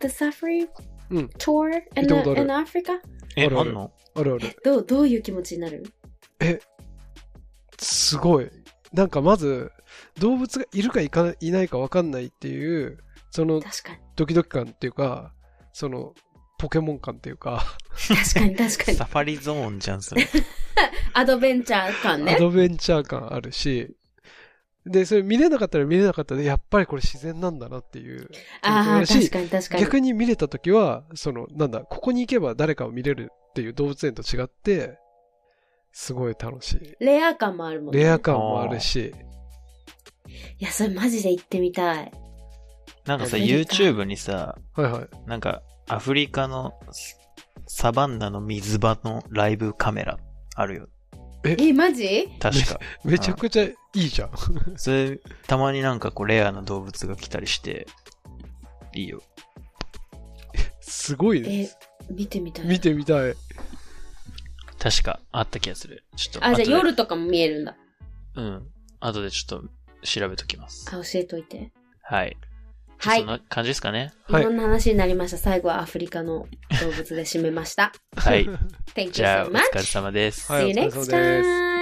Speaker 1: The Safari
Speaker 2: うん
Speaker 1: Tour
Speaker 2: 行ったこ
Speaker 1: in,
Speaker 2: とある
Speaker 1: in Africa?
Speaker 3: え、
Speaker 2: あるあ
Speaker 3: あ
Speaker 2: る
Speaker 3: んの
Speaker 2: あるある。
Speaker 1: どう、どういう気持ちになる
Speaker 2: すごい。なんかまず、動物がいるかいかないないかわかんないっていう、その
Speaker 1: 確かに。
Speaker 2: ドキドキ感っていうか、そのポケモン感っていうか、
Speaker 1: 確かに、
Speaker 2: [LAUGHS]
Speaker 1: 確かに
Speaker 3: サ。ファリゾーンじゃん、
Speaker 1: [LAUGHS]
Speaker 3: それ。
Speaker 1: アドベンチャー感
Speaker 2: ア
Speaker 1: ね。
Speaker 2: ドベンチャー感あるし、で、それ見れなかったら見れなかったで、やっぱりこれ自然なんだなっていう。
Speaker 1: ああ、
Speaker 2: し
Speaker 1: 確かに、確かに。
Speaker 2: 逆に見れたときは、その、なんだ、ここに行けば誰かを見れるっていう動物園と違って、すごい楽しい。
Speaker 1: レア感もあるもんね。
Speaker 2: レア感もあるし、
Speaker 1: いや、それマジで行ってみたい。
Speaker 3: なんかさ、
Speaker 1: アフリカ
Speaker 3: YouTube にさ、
Speaker 2: はいはい。
Speaker 3: なんか、アフリカのサバンナの水場のライブカメラあるよ。
Speaker 1: え、マジ
Speaker 3: 確か。
Speaker 2: めちゃくちゃいいじゃん。
Speaker 3: それ、たまになんかこう、レアな動物が来たりして、いいよ。
Speaker 2: すごいね
Speaker 1: え。、見てみたい。
Speaker 2: 見てみたい。
Speaker 3: 確か、あった気がする。ちょっと。
Speaker 1: あ、じゃあ
Speaker 3: 後で
Speaker 1: 夜とかも見えるんだ。
Speaker 3: うん。後でちょっと、調べときます
Speaker 1: あ。教えといて。
Speaker 3: はい。じゃあ
Speaker 1: はい
Speaker 3: そん。な感じですかね。
Speaker 2: はい
Speaker 1: いろんな話になりました。最後はアフリカの動物で締めました。
Speaker 3: はい。
Speaker 2: [LAUGHS]
Speaker 1: Thank you [LAUGHS]
Speaker 3: じゃあ、
Speaker 1: so
Speaker 3: お
Speaker 1: much.
Speaker 3: 疲れ様です。
Speaker 2: はい
Speaker 1: See you [LAUGHS]
Speaker 2: お疲れ様
Speaker 1: next
Speaker 2: です
Speaker 1: time.